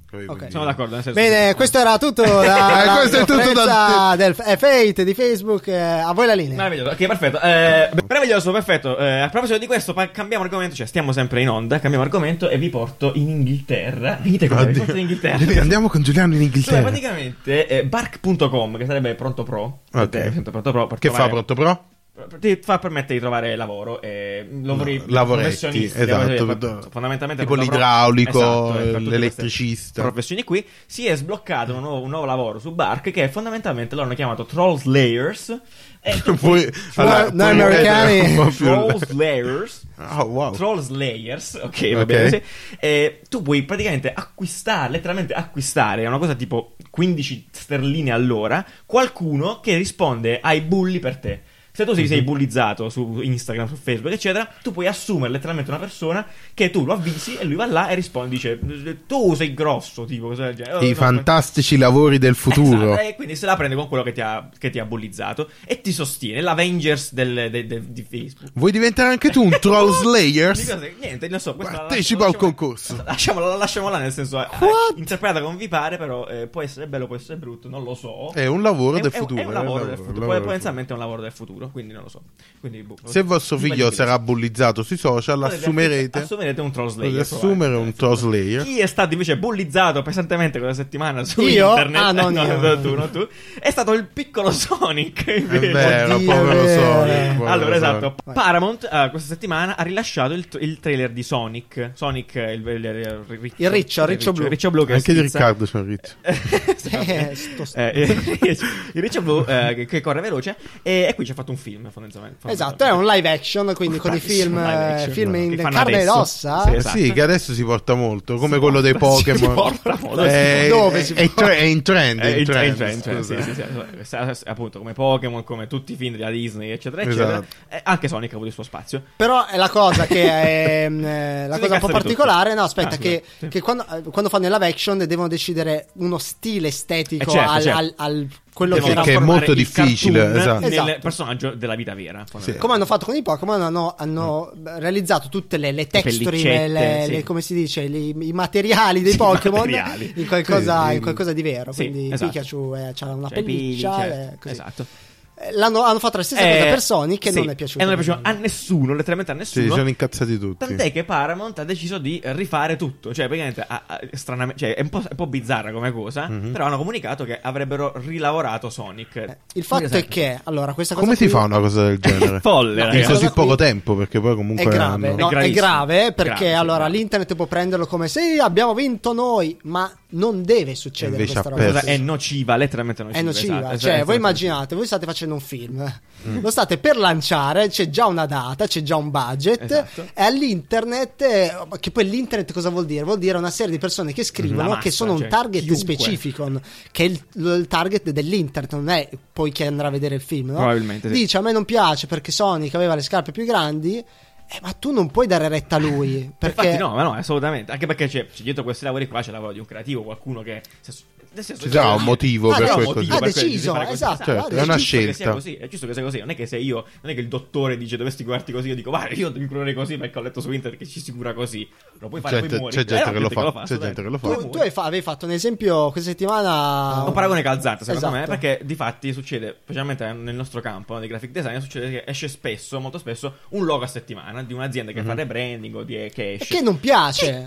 Capito?
Ok.
Sono d'accordo. nel senso-
Bene, questo era tutto da,
Eh,
da
questo è tutto
conferenza
da-
del eh, Fate di Facebook. eh, a voi la linea.
Meraviglioso, ok, perfetto. Eh, meraviglioso, perfetto. Eh, a proposito di questo, pa- cambiamo argomento, cioè stiamo sempre in onda, cambiamo argomento e vi porto in Inghilterra. Venite con me, vi
Oddio.
porto in Inghilterra.
Andiamo con Giuliano in
Cioè,
Inghilterra.
praticamente eh, bark.com, che sarebbe Pronto Pro,
Ok.
eh, Pronto Pro per
Che fa
trovare-
pronto pro?
pr- ti fa permette di trovare lavoro e lavori
No, lavoretti,
professionisti,
esatto,
lavoratori,
per-
fa- fondamentalmente
tipo
per lavoro-
l'idraulico,
per tutte queste
l'elettricista.
professioni qui si è sbloccato un nuovo, un nuovo lavoro su Bark che fondamentalmente loro hanno chiamato Troll Slayers e tu
Poi, allora,
noi
puoi
americani-
vedere un po' più-
Troll Slayers
Ah, wow.
Troll Slayers, ok,
Ok.
va bene. sì. Eh, tu puoi praticamente acquistare, letteralmente acquistare, è una cosa tipo 15 sterline all'ora, qualcuno che risponde ai bulli per te. Se tu sei, sei bullizzato su Instagram, su Facebook, eccetera, tu puoi assumere letteralmente una persona che tu lo avvisi e lui va là e risponde, dice tu sei grosso, tipo, cosa del genere. Oh,
I
no,
fantastici lavori del futuro.
Esatto, e quindi se la prende con quello che ti ha, che ti ha bullizzato e ti sostiene l'Avengers del, de- de- di Facebook.
Vuoi diventare anche tu un troll
Di
slayers?
cose- Niente, non so. questa la
Partecipa
lascio-
al concorso.
Lasciamola, la lasciamo là, nel senso, eh,
What?
interpretata come vi pare, però eh, può essere bello, può essere brutto, non lo so.
È un lavoro
È-
del
è-
futuro.
È un lavoro del futuro. Poi,
del
potenzialmente è un lavoro del futuro, quindi non lo so. Quindi, boh,
Se vostro figlio
dipende-
sarà bullizzato sui social,
Potete-
assumerete.
assumerete un troll slayer.
Potete assumere un troll slayer.
Chi è stato invece bullizzato pesantemente quella settimana su
Io?
internet?
Ah, non
no,
io.
no, tu, no, tu. È stato il piccolo Sonic.
È
invece.
vero,
Oddio,
povero
è vero.
Sonic. povero
Allora,
Sonic.
esatto. Paramount eh, questa settimana ha rilasciato il, il trailer di Sonic. Sonic, eh, il, il, il, il riccio,
Il riccio, il riccio blu.
il riccio blu che
Anche di
schizza-
Riccardo sono ricco.
Eh, sto-
Eh, il il riccio blu eh, che, che corre veloce e, e qui ci ha fatto un film fondamentalmente.
Esatto, è un live action, quindi con i film,
Bravissimo, live
eh,
action.
film in
Che fanno
carne
adesso.
e ossa.
Sì,
Eh
esatto.
Sì, che adesso si porta molto, come quello dei
porta, si
Pokémon.
porta molto.
Eh,
Dove si
è, è tre- è in trend,
Eh,
è in trend.
in trend,
scusa.
sì, sì, sì, sì, sì, appunto come Pokémon, come tutti i film della Disney, eccetera, eccetera.
Esatto.
Eh, anche Sonic ha avuto il suo spazio.
Però è la cosa che è ehm, eh, la
Sì,
cosa un
cazzo
po'
di
particolare.
tutti.
No, aspetta,
Ah,
che,
scusa, sì.
che quando, eh, quando fanno il live action devono decidere uno stile estetico
Eh, certo,
al,
certo.
al- al- quello
Devono
che era.
Che è
trasformare
molto
il
difficile,
cartoon
esatto.
nel
Esatto.
personaggio della vita vera. fondamentalmente.
Come hanno fatto con i Pokémon, hanno, hanno realizzato tutte le, le texture,
Mm. pellicette,
le-
sì.
le- come si dice, li- i materiali dei
Sì, i
Pokémon
materiali.
in, qualcosa,
Sì,
in qualcosa di vero.
sì,
quindi
esatto.
Pikachu eh, c'ha una
Cioè, i peli,
pelliccia.
cioè,
eh, così.
esatto.
Eh, L'hanno, hanno fatto la stessa
Eh,
cosa per Sonic che
sì,
non è piaciuta.
E non è piaciuto a nessuno, letteralmente a
Sì,
nessuno.
sono incazzati tutti.
Tant'è che Paramount ha deciso di rifare tutto, cioè praticamente ha- ha- stranamente, cioè, è, un po', è un po' bizzarra come cosa,
Mhm.
però hanno comunicato che avrebbero rilavorato Sonic.
Eh, Il fatto
Esatto.
è che, allora, questa cosa
Come si
qui-
fa una cosa del genere?
Folle,
No,
in
ragazzi.
cosa
così
qui-
poco tempo, perché poi comunque
È grave,
hanno-
no,
È
è
gravissimo.
grave perché
Grave, sì,
allora
grave.
l'internet può prenderlo come sì, abbiamo vinto noi, ma non deve succedere
Invece
questa
ha
roba.
perso.
Cosa è nociva, lettermente nociva.
È nociva,
esatto,
cioè
esatto, Mm.
voi
esatto.
immaginate, voi state facendo un film, lo state per lanciare, c'è già una data, c'è già un budget
Esatto.
e all'internet, eh, che poi l'internet cosa vuol dire? Vuol dire una serie di persone che scrivono
La massa,
che sono
cioè,
un target
chiunque.
specifico, n- che è il, lo- il target dell'internet, non è poi chi andrà a vedere il film, no?
Probabilmente sì.
Dice a me non piace perché Sonic aveva le scarpe più grandi. eh, ma tu non puoi dare retta a lui perché
Infatti no, ma no, assolutamente. Anche perché c'è, c'è dietro questi lavori qua c'è il lavoro di un creativo, qualcuno che... se- nel senso,
Ci sarà un motivo
Ah,
per
c'è
no,
un
quel
motivo
così.
Ha
per quello di
deciso,
fare questo.
esatto,
Certo, è una
giusto che sia
scelta.
così, è giusto che sia così. Non è che se io, non è che il dottore dice dovresti curarti così, io dico guarda io mi curerei così perché ho letto su internet che ci si cura così. Lo puoi fare,
Gente-
poi muori.
c'è gente
Eh, no,
che lo fa, c'è
assolutamente.
gente che lo fa.
Poi
Tu, tu
muori.
hai fa- avevi fatto un esempio questa settimana.
Un paragone calzante, secondo
Esatto.
me, perché di fatti succede, specialmente nel nostro campo no, di graphic design, succede che esce spesso, molto spesso, un logo a settimana di un'azienda che
Mhm.
fa rebranding o di, che esce.
Che non piace.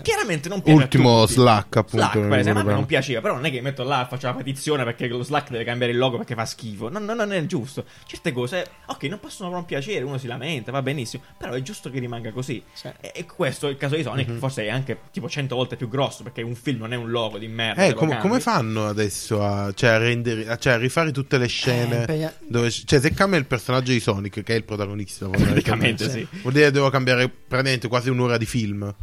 Che chiaramente non piace. a
Ultimo
tutti.
Slack, appunto.
Slack, per
mi
esempio, a me
sembra.
non piaceva, però non è che metto là faccio la petizione perché lo Slack deve cambiare il logo perché fa schifo. No, no, non è giusto. Certe cose, ok, non possono non piacere, uno si lamenta, va benissimo, però è giusto che rimanga così.
Sì.
E, e questo, il caso di Sonic,
Mhm.
forse è anche tipo 100 volte più grosso perché un film non è un logo di merda.
Eh,
che lo
com-
cambi.
come fanno adesso a, cioè, a rendere, a- cioè, a rifare tutte le scene?
impegna-
dove- cioè, se cambia il personaggio di Sonic, che è il protagonista, cioè,
Praticamente sì.
vuol dire che devo cambiare praticamente quasi un'ora di film.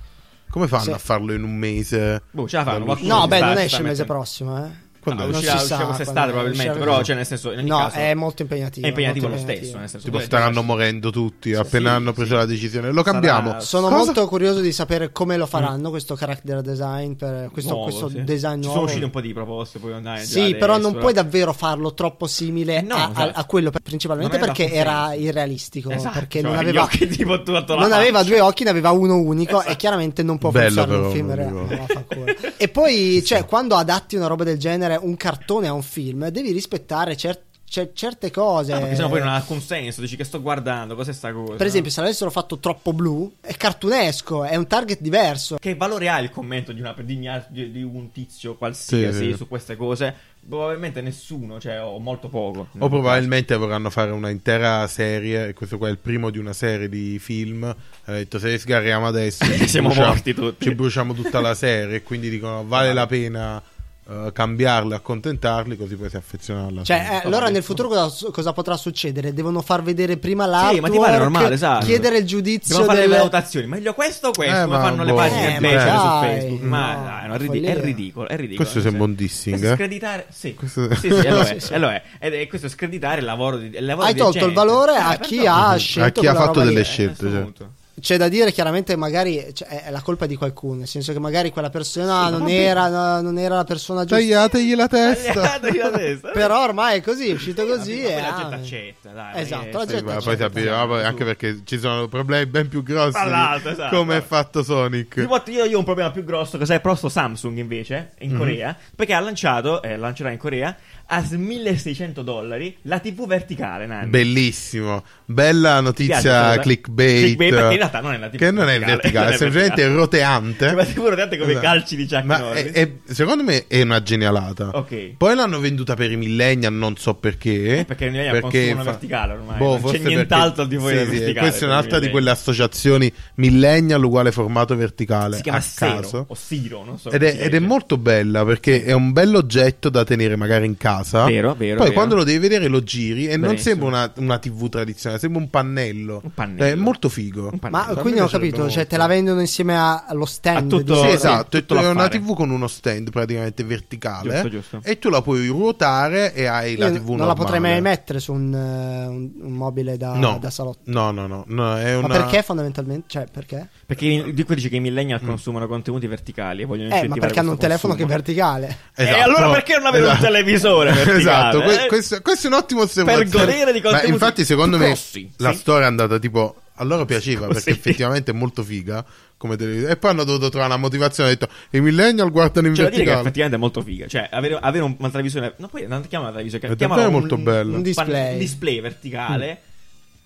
Come fanno
Sì.
a farlo in un mese?
Boh, ce la fanno,
Dall'uscita?
qualcuno
No, beh,
sta-
non
sta
esce il mese
mettendo-
prossimo, eh.
Quando
Ah,
esce?
uscirà,
Non si
uscirà
sa
quest'estate
quando
probabilmente,
uscirà.
però, cioè, nel senso, in ogni
No,
caso-
è molto impegnativo.
È impegnativo lo
molto
stesso, nel senso, cioè,
Tipo,
tu-
staranno morendo tutti appena
sì,
hanno preso la decisione. Lo
Sarà-
cambiamo.
Sono
Cosa?
molto curioso di sapere come lo faranno questo character design, per questo,
Mm. Nuovo,
questo
sì.
design
Ci
nuovo.
sono uscite un po' di proposte, poi andare già
Sì,
adesso,
però non
però-
puoi davvero farlo troppo simile
Eh no,
a, a-
esatto.
a quello, principalmente
Non aveva
perché
alcun
era
senso.
irrealistico,
Esatto,
perché
cioè,
non
gli
aveva...
occhi tipo tu attorno alla
non aveva
faccia.
due occhi, ne aveva uno unico
Esatto.
e chiaramente non può
Bello
funzionare
però,
un film
non
reale.
dico.
No, vaffanculo. e poi, cioè, quando adatti una roba del genere, un cartone a un film, devi rispettare cer- cer- certe cose.
No, Esatto, perché sennò poi non ha alcun senso, dici che sto guardando, cos'è sta cosa?
Per esempio, se l'avessero fatto troppo blu, è cartunesco, è un target diverso.
Che valore ha il commento di, una- di gna- di- di un tizio qualsiasi
Sì, sì.
su queste cose? Probabilmente nessuno, cioè, o molto poco.
O probabilmente vorranno fare una intera serie, e questo qua è il primo di una serie di film. Hanno detto se sgarriamo adesso ci
Siamo
bruciamo-
morti tutti."
Ci bruciamo tutta la serie, e quindi dicono vale la pena eh, cambiarle, accontentarli, così poi si affezionano alla
Mm,
Cioè, eh,
fine.
allora nel futuro cosa, cosa potrà succedere? Devono far vedere prima
Sì,
l'artwork
ma ti pare normale, esatto.
chiedere il giudizio
Devono fare
del...
le valutazioni. Meglio questo o questo?
Eh,
come
ma
fanno le
boh.
pagine
Eh,
play
ma
su
dai,
Facebook? Ma
no,
dai, no, è ridi- è
follia.
ridicolo, è ridicolo.
Questo
sì.
sembra un dissing,
Questo è
eh?
screditare, sì.
Questo-
Sì, sì, e lo è,
Sì, sì.
e lo è. Ed è questo è screditare il lavoro di il lavoro
Hai
di
tolto il
gente.
valore a
Eh,
chi
perciò-
ha scelto
chi ha
quella
fatto
roba
delle
lì.
scelte.
Eh, a questo
cioè.
punto.
C'è da dire chiaramente magari cioè, è la colpa di qualcuno, nel senso che magari quella persona
Sì, ma
non,
va
era, no, non era la persona giusta.
Tagliategli la testa.
Tagliategli la testa.
Però ormai è così, è uscito
Ma
così
poi
e...
la
ah,
gente accetta, dai.
Esatto,
eh,
la
sì.
Sì,
gente
ma
accetta.
poi ti abbia- vabbè, anche perché ci sono problemi ben più grossi
Tra l'altro, esatto.
come è fatto Sonic.
Tipo, io, io ho un problema più grosso, cos'è? Prosto Samsung invece, in
Mm-hmm.
Corea, perché ha lanciato, eh, lancerà in Corea, a 1600 dollari la TV verticale, Nanni.
Bellissimo, bella
Ti piace
notizia
questa cosa?
clickbait,
Clickbait, perché in realtà non è una TV
che non è verticale, è semplicemente roteante. Esatto.
Cioè, ma tipo roteante come i calci di Chuck
Ma
Norris.
è- è- secondo me è una genialata.
Ok.
Poi l'hanno venduta per i millennial, non so perché. Boh,
Eh, perché i millennial consumano verticale ormai, non c'è
forse
nient'altro al di fuori
Sì,
del
sì,
verticale
Questa è
per i
un'altra di
millennial.
quelle associazioni millennial uguale formato verticale.
si chiama
a
Sero
caso.
o Siro, non so.
Ed
come
è,
si
ed è
dice.
molto bella perché è un bell'oggetto da tenere magari in casa.
Vero, vero,
Poi
vero.
quando lo devi vedere lo giri e non
Bravissimo.
sembra una, una TV tradizionale, sembra un pannello.
Un pannello.
È molto figo.
Un pannello.
Ma
Secondo
quindi
me
ho
sarebbe
capito, cioè
molto.
te la vendono insieme a- allo stand.
A tutto-
Sì,
Sì,
esatto,
tutto
è una
l'affare.
TV con uno stand praticamente verticale
Giusto, giusto.
e tu la puoi ruotare e hai la
Io
TV
non
normale.
la potrei mai mettere su un, eh, un- un mobile da,
no.
da salotto.
No, no, no, no, è una
Ma perché fondamentalmente? Cioè, perché?
Perché di qui dice che i millennial
Mm.
consumano contenuti verticali e vogliono
Eh, ma
incentivare
perché hanno un
questo
telefono che è
consumo.
verticale.
E Eh, allora perché non avere un televisore verticale,
Esatto, que-
eh?
questo, questo è un ottimo osservazione.
godere di
Ma
contenuti
infatti, secondo me,
grossi,
la
sì.
storia è andata tipo. A loro piaceva
Così.
perché effettivamente è molto figa come televisione. E poi hanno dovuto trovare una motivazione. Hanno detto i millennial guardano in
Cioè, devo dire che
verticale.
effettivamente è molto figa. Cioè, avere, avere un- una televisione. No, poi non chiama una televisione,
È
chiamala
davvero
un,
molto bello. Mm.
Un display.
pan- display verticale.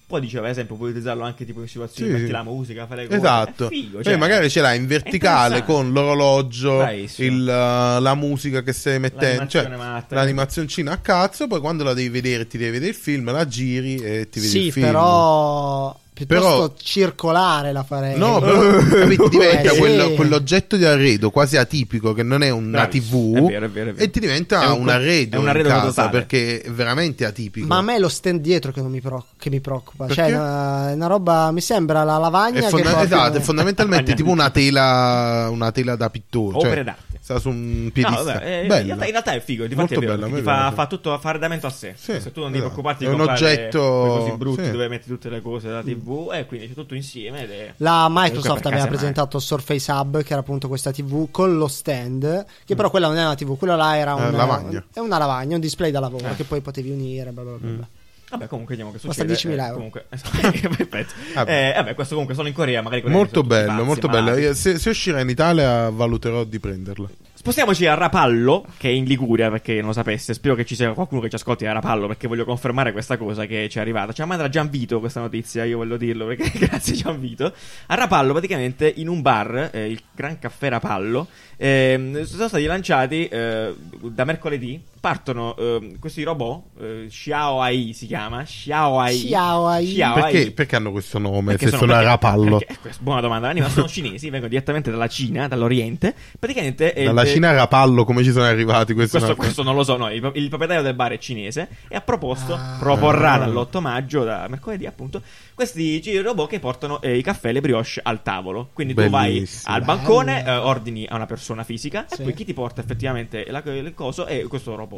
Poi diceva, ad esempio, puoi utilizzarlo anche tipo in situazioni
Sì,
metti
sì.
la musica, fare le cose.
Esatto,
È figo,
Poi
cioè,
magari ce l'hai in
è
verticale
interessante.
con l'orologio,
Bravissimo.
il, uh, la musica che stai mettendo, cioè
L'animazione matta.
l'animazioncina a cazzo. Poi quando la devi vedere, ti devi vedere il film, la giri e ti vedi
Sì,
il film.
però piuttosto
Però-
circolare la farei.
No, però capito, diventa
Eh, sì.
quello- quell'oggetto di arredo quasi atipico che non è una
Bravissimo.
TV
È vero, è vero, è vero.
e ti diventa
È un
un,
co-
arredo,
è un arredo
in casa
totale.
perché è veramente atipico.
Ma a me è lo stand dietro che non mi, pro- che mi preoccupa. Cioè,
Perché?
è una, è una roba. Mi sembra la
è,
lavagna. che
fonda-
porti-
esatto, è fondamentalmente
Bagna.
tipo una tela, una tela da pittore,
Opere
cioè,
d'arte.
sta su un
No,
piedista.
vabbè, eh, in,
Bella.
realtà, in realtà è figo, infatti
Molto
è vero,
bello, a
perché
me
ti fa,
piace.
fa tutto fare affidamento a sé.
Sì,
se tu non devi
esatto.
preoccuparti
È
di
un
comprare
oggetto-
le cose brutte
sì. Mm.
dove metti tutte le cose della TV e quindi c'è tutto insieme ed è
La
Comunque,
Microsoft
per
aveva
eh.
casomai.
presentato Surface Hub, che era appunto questa TV con lo stand, che però quella non è una TV, quella là era
Eh,
una
Mm. lavagna. Eh. Mm.
È una lavagna, un display da lavoro che poi potevi unire. Bla bla bla. bla.
Vabbè, comunque vediamo che
Costa
succede.
10.000
Eh,
euro.
Comunque, esatto, perfetto.
Vabbè.
Eh, vabbè, questo comunque sono in Corea, magari quelli
Molto
sono tutti
bello,
pazzi,
molto bello.
malati.
Io- Se, se uscirà in Italia valuterò di prenderla.
Spostiamoci a Rapallo, che è in Liguria, perché non lo sapesse. Spero che ci sia qualcuno che ci ascolti a Rapallo, perché voglio confermare questa cosa che ci è arrivata. Ci ha mandato Gianvito questa notizia, io voglio dirlo, perché grazie Gianvito. A Rapallo, praticamente, in un bar, eh, il Gran Caffè Rapallo, ehm, sono stati lanciati eh, da mercoledì, partono ehm, questi robot, eh, Xiao AI si chiama, Xiao AI.
Xiao AI.
Perché, perché hanno questo nome?
Ah, Perché
se sono, a
perché-
rapallo.
perché- eh, questa è buona domanda, Dani, ma sono cinesi, vengono direttamente dalla Cina, dall'Oriente. Praticamente eh,
Dalla
eh,
Cina a rapallo, come ci sono arrivati? Questo,
Questo,
no.
questo non lo so, no, il, pro- il proprietario del bar è cinese e ha proposto, proporrà dall'8 maggio, da mercoledì appunto, questi giri robot che portano eh, i caffè e le brioche al tavolo. Quindi tu
Bellissimo.
vai al
Bello.
bancone, eh, ordini a una persona fisica
Sì.
e poi chi ti porta effettivamente la- il coso è questo robot.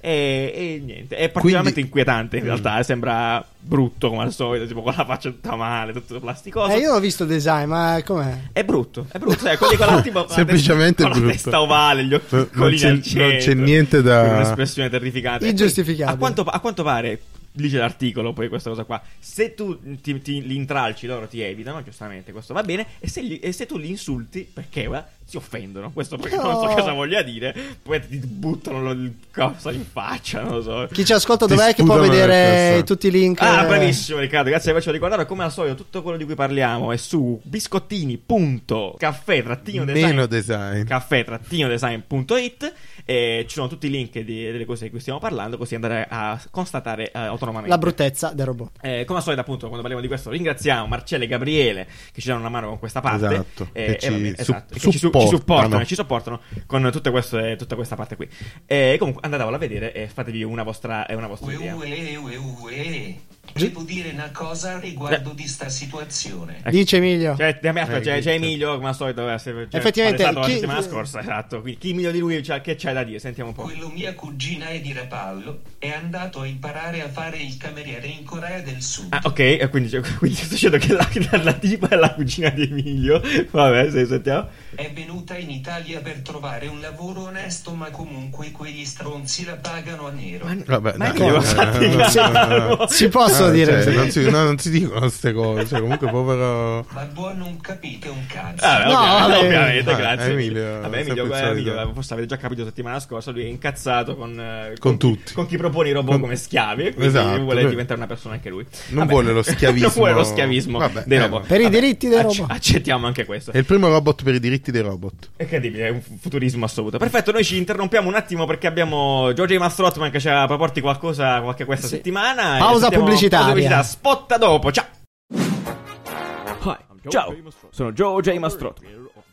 E, e niente, è
Quindi-
particolarmente inquietante in realtà, eh, sembra brutto come al solito, tipo con la faccia tutta male, tutto plasticoso.
Eh, io ho visto il design, ma com'è?
È brutto, è brutto, cioè, quelli con la, tipo,
Semplicemente
con la
brutto.
testa ovale, gli occhi
Non
piccolini
c'è-
al centro,
non c'è niente da-
con un'espressione terrificante.
Ingiustificabile.
A quanto, a quanto pare, dice l'articolo poi questa cosa qua, se tu ti, ti- li intralci loro ti evitano, giustamente questo va bene, e se, gli- e se tu li insulti, perché va, si offendono, questo perché non so
No.
cosa voglia dire, poi ti buttano lo- il cosa in faccia, non lo so.
Chi ci ascolta
Ti
dov'è che può
sputano nella
vedere
testa.
tutti i link?
Ah,
eh,
bravissimo Riccardo, grazie vi faccio ricordare come al solito tutto quello di cui parliamo è su biscottini.caffè trattino
Meno design.
caffè-design.it e ci sono tutti i link di- delle cose di cui stiamo parlando così andare a constatare eh, autonomamente
La bruttezza del robot.
Eh, come al solito appunto quando parliamo di questo ringraziamo Marcello e Gabriele che ci danno una mano con questa parte
Esatto,
Eh,
che
e
ci
va bene,
su-
esatto, e che ci su- ci
supportano.
supportano, ci supportano con tutte queste- tutta questa parte qui. E comunque andatevela a vedere e fatevi una vostra, eh, una vostra
Ue,
idea.
ue, ue, ue. Devo dire una cosa riguardo di sta situazione.
Ecco.
Dice Emilio.
Cioè, dammi- aspetta,
Eh,
c'è,
chi-
c'è Emilio, come al solito, eh, se- cioè,
Effettivamente,
palestato la
chi-
settimana scorsa, esatto. Quindi, chi meglio di lui, cioè, che c'è da dire? Sentiamo un po'.
Quello mia cugina è di Rapallo, è andato a imparare a fare il cameriere in Corea del Sud.
Ah, ok, e quindi, quindi sto dicendo che la, la- la tipa è la cugina di Emilio. Vabbè, se sentiamo.
È venuta in Italia per trovare un lavoro onesto, ma comunque quegli stronzi la pagano a nero.
Vabbè,
Ma
dai,
io
eh,
lo fate
no, no, no.
Si possono
Ah,
dire
cioè,
così.
non, si, no, non si dicono queste cose. Cioè, comunque, povero.
Ma voi non capite un cazzo.
Vabbè,
No,
ovviamente,
vabbè.
ovviamente,
Ah,
grazie.
Emilio,
Vabbè,
sempre
Emilio,
il
eh,
solito.
Emilio, forse avete già capito settimana scorsa, lui è incazzato con, eh,
Con
chi-
tutti.
Con chi propone i robot
Con-
come schiavi, e quindi
Esatto,
vuole
lui-
diventare una persona anche lui.
Non vuole lo schiavismo.
non vuole lo schiavismo
Vabbè,
dei
eh,
robot.
Per i diritti dei
acc-
robot.
Accettiamo anche questo.
È il primo robot per i diritti dei robot.
È incredibile, è un futurismo assoluto. Perfetto, noi ci interrompiamo un attimo perché abbiamo Giorgio Mastrotman che ci ha proposto qualcosa qualche questa
Sì.
settimana. E
Pausa
sentiamo-
pubblicitaria.
pausa pubblicità. Spotta dopo, ciao.
Ciao, sono Joe J. Mastrot,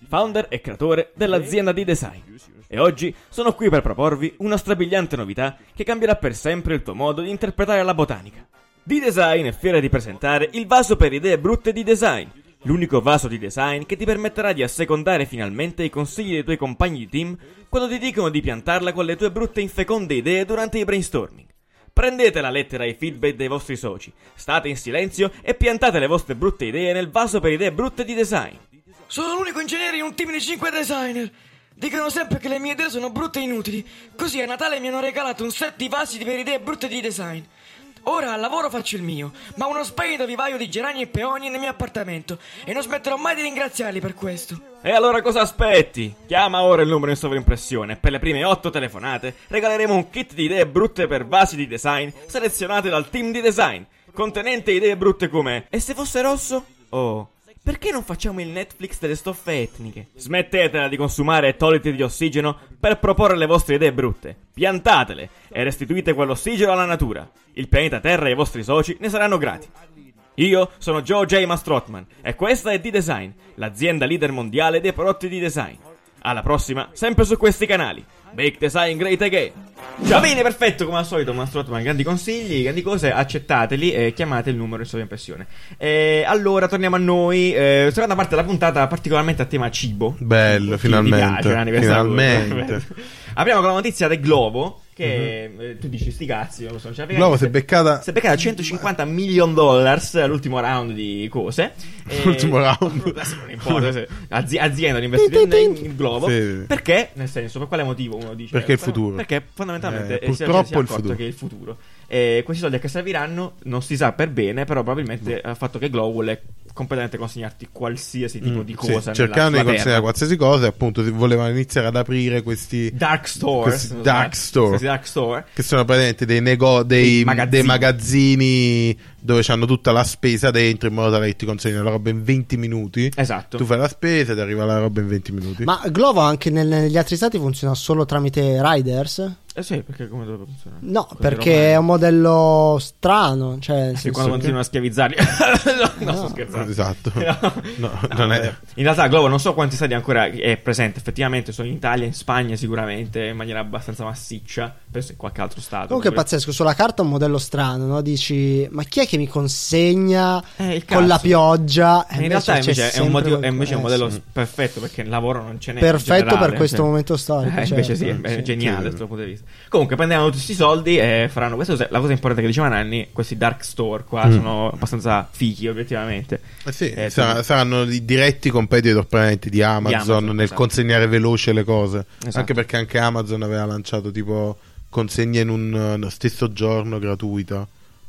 founder e creatore dell'azienda di design. E oggi sono qui per proporvi una strabiliante novità che cambierà per sempre il tuo modo di interpretare la botanica. D-Design è fiera di presentare il vaso per idee brutte di design, l'unico vaso di design che ti permetterà di assecondare finalmente i consigli dei tuoi compagni di team quando ti dicono di piantarla con le tue brutte infeconde idee durante i brainstorming. Prendete la lettera e i feedback dei vostri soci, state in silenzio e piantate le vostre brutte idee nel vaso per idee brutte di design.
Sono l'unico ingegnere in un team di 5 designer. Dicono sempre che le mie idee sono brutte e inutili. Così a Natale mi hanno regalato un set di vasi per idee brutte di design. Ora al lavoro faccio il mio, ma ho uno splendido vivaio di gerani e peoni nel mio appartamento. E non smetterò mai di ringraziarli per questo.
E allora cosa aspetti? Chiama ora il numero in sovrimpressione. Per le prime 8 telefonate regaleremo un kit di idee brutte per vasi di design selezionate dal team di design, contenente idee brutte come E se fosse rosso? Oh. Perché non facciamo il Netflix delle stoffe etniche? Smettetela di consumare toliti di ossigeno per proporre le vostre idee brutte. Piantatele e restituite quell'ossigeno alla natura. Il pianeta Terra e i vostri soci ne saranno grati. Io sono Joe J. Mastrotman e questa è D-Design, l'azienda leader mondiale dei prodotti di design. Alla prossima, sempre su questi canali. Make Design Great Again.
Va bene, perfetto, come al solito, Mastrotman, grandi consigli, grandi cose, accettateli e chiamate il numero in sovrimpressione. Eh, allora, torniamo a noi. Eh, seconda parte della puntata, particolarmente a tema cibo.
Bello,
Chi vi
finalmente.
piace, l'anniversario.
Finalmente.
Apriamo con la notizia del Globo. Che eh, tu dici, sti cazzi, non lo so, non ce la frega
Globo
niente.
si è beccata-
Si è beccata 150 million dollars all'ultimo round di cose. Eh,
L'ultimo round.
adesso non importa. se- azi- azienda di investimento in, in Globo.
Sì.
Perché? Nel senso, per quale motivo uno dice?
Perché il
Però-
futuro.
Perché fondamentalmente
Eh,
eh, si è-
purtroppo
si è
il
accorto
futuro.
che è il futuro. Eh, questi soldi a che serviranno non si sa per bene, però
Mm.
probabilmente ha fatto che Globo vuole completamente consegnarti qualsiasi tipo di
Mm, Sì,
cosa.
cercando
nella-
di
sulla terra.
consegnare qualsiasi cosa, appunto, si- volevano iniziare ad aprire questi
Dark Store.
Questi dark store.
dark store.
che sono praticamente dei, nego- dei,
Dei magazzini.
dei magazzini dove hanno tutta la spesa dentro in modo tale che ti consegnano la roba in 20 minuti.
Esatto.
Tu fai la spesa e ti arriva la roba in 20 minuti.
Ma Glovo anche nel- negli altri stati funziona solo tramite Riders?
Eh sì, perché come dovrebbe funzionare?
No,
Così
perché è un modello strano. Cioè, nel
Sì,
senso
quando
che-
continuano a schiavizzarli. no, sto
Ah,
scherzando.
Esatto. No,
No,
non
vabbè.
è.
In realtà Glovo non so quanti stati ancora è presente, effettivamente sono in Italia, in Spagna sicuramente, in maniera abbastanza massiccia, penso in qualche altro stato.
Comunque è
Oppure-
pazzesco, sulla carta è un modello strano, no? Dici, ma chi è che mi consegna
Eh, il
con la
cazzo. Eh,
pioggia? E
in realtà
c'è
invece è un,
sempre
modello-
qualcosa-
è invece un
eh,
modello
sì.
perfetto perché il lavoro non ce n'è. in
Perfetto
generale, cioè.
per questo momento storico,
Eh, invece sì,
certo.
è, è
Sì.
geniale
Sì.
dal suo punto di vista. Comunque prenderanno tutti questi soldi e faranno questo. La cosa importante che diceva Nanni, questi dark store qua
Mm.
sono abbastanza fichi obiettivamente.
Eh sì,
Eh,
sa-
sono-
saranno i diretti competitor praticamente di Amazon,
Amazon,
nel
esatto.
consegnare veloce le cose.
Esatto.
Anche perché anche Amazon aveva lanciato tipo consegne in un eh, lo stesso giorno gratuita.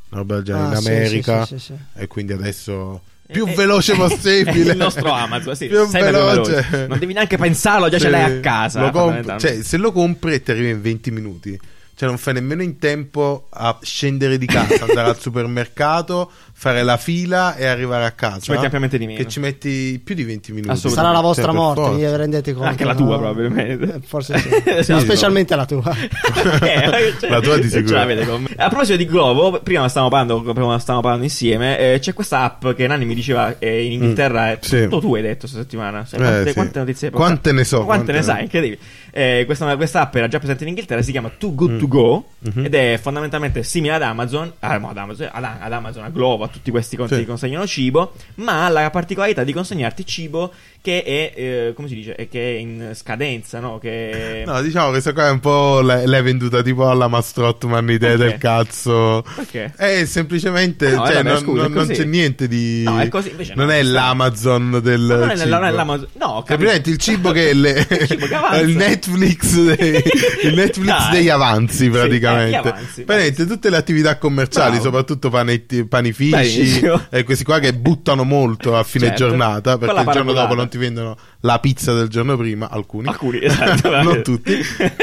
Una roba del genere
Ah,
in
sì,
America.
sì, sì, sì,
E quindi adesso più
Eh,
veloce
eh,
possibile.
il nostro Amazon, sì,
più
sempre più
veloce.
veloce. Non devi neanche pensarlo, già ce l'hai a casa,
Lo comp-
fondamentalmente.
cioè, se lo compri e ti arriva in 20 minuti. Cioè, non fai nemmeno in tempo a scendere di casa, andare al supermercato, fare la fila e arrivare a casa.
Ci metti ampiamente di meno.
Che ci metti più di 20 minuti.
Assolutamente.
Sarà la vostra
Cioè, per
morte, vi
forza.
rendete conto.
Anche la tua,
no?
probabilmente.
Eh, Forse sì.
Sì,
Ma specialmente la tua.
Eh,
cioè, La tua di
ce
sicuro.
l'avete con me. A proposito di Globo, prima stavamo parlando, prima stavamo parlando insieme. eh, c'è questa app che Nani mi diceva eh, in Inghilterra. è
Mm. sì.
tutto tu hai detto questa settimana. Sai
Eh,
quante,
sì.
quante notizie hai
Quante
portato?
ne so,
Quante,
quante
ne
ne-
sai? Incredibile. Eh, questa, questa app era già presente in Inghilterra. Si chiama Too Good
Mm.
To Go.
Mm-hmm.
Ed è fondamentalmente simile ad Amazon. ah, no, ad Amazon, ad, ad Amazon, a Globo, a tutti questi conti
Sì.
che consegnano cibo. Ma ha la particolarità di consegnarti cibo che è, eh, come si dice, Eh, che è in scadenza, no? Che
No, diciamo che questa qua è un po' l'hai l'hai venduta tipo alla Mastrotman idea
Perché?
del cazzo.
Perché?
È semplicemente,
No,
cioè,
vabbè,
non,
scusa,
non-
è
non
così.
c'è niente di...
No, è così, invece
non
no,
è
ci sta.
l'Amazon del...
Ma non è,
cibo. Cioè,
non è l'Amazon. No, ho capito.
Praticamente il cibo che è le-
Il cibo che avanza.
il Netflix, dei, il Netflix
Dai.
degli avanzi
Sì,
praticamente.
eh, gli avanzi,
Praticamente tutte le attività commerciali,
Bravo.
soprattutto panetti, panifici
Benissimo.
e questi qua che buttano molto a fine
Certo.
giornata perché
Quella
il giorno
paraculata.
dopo non ti vendono la pizza del giorno prima, alcuni.
Alcuni, esatto,
non
vabbè.
tutti.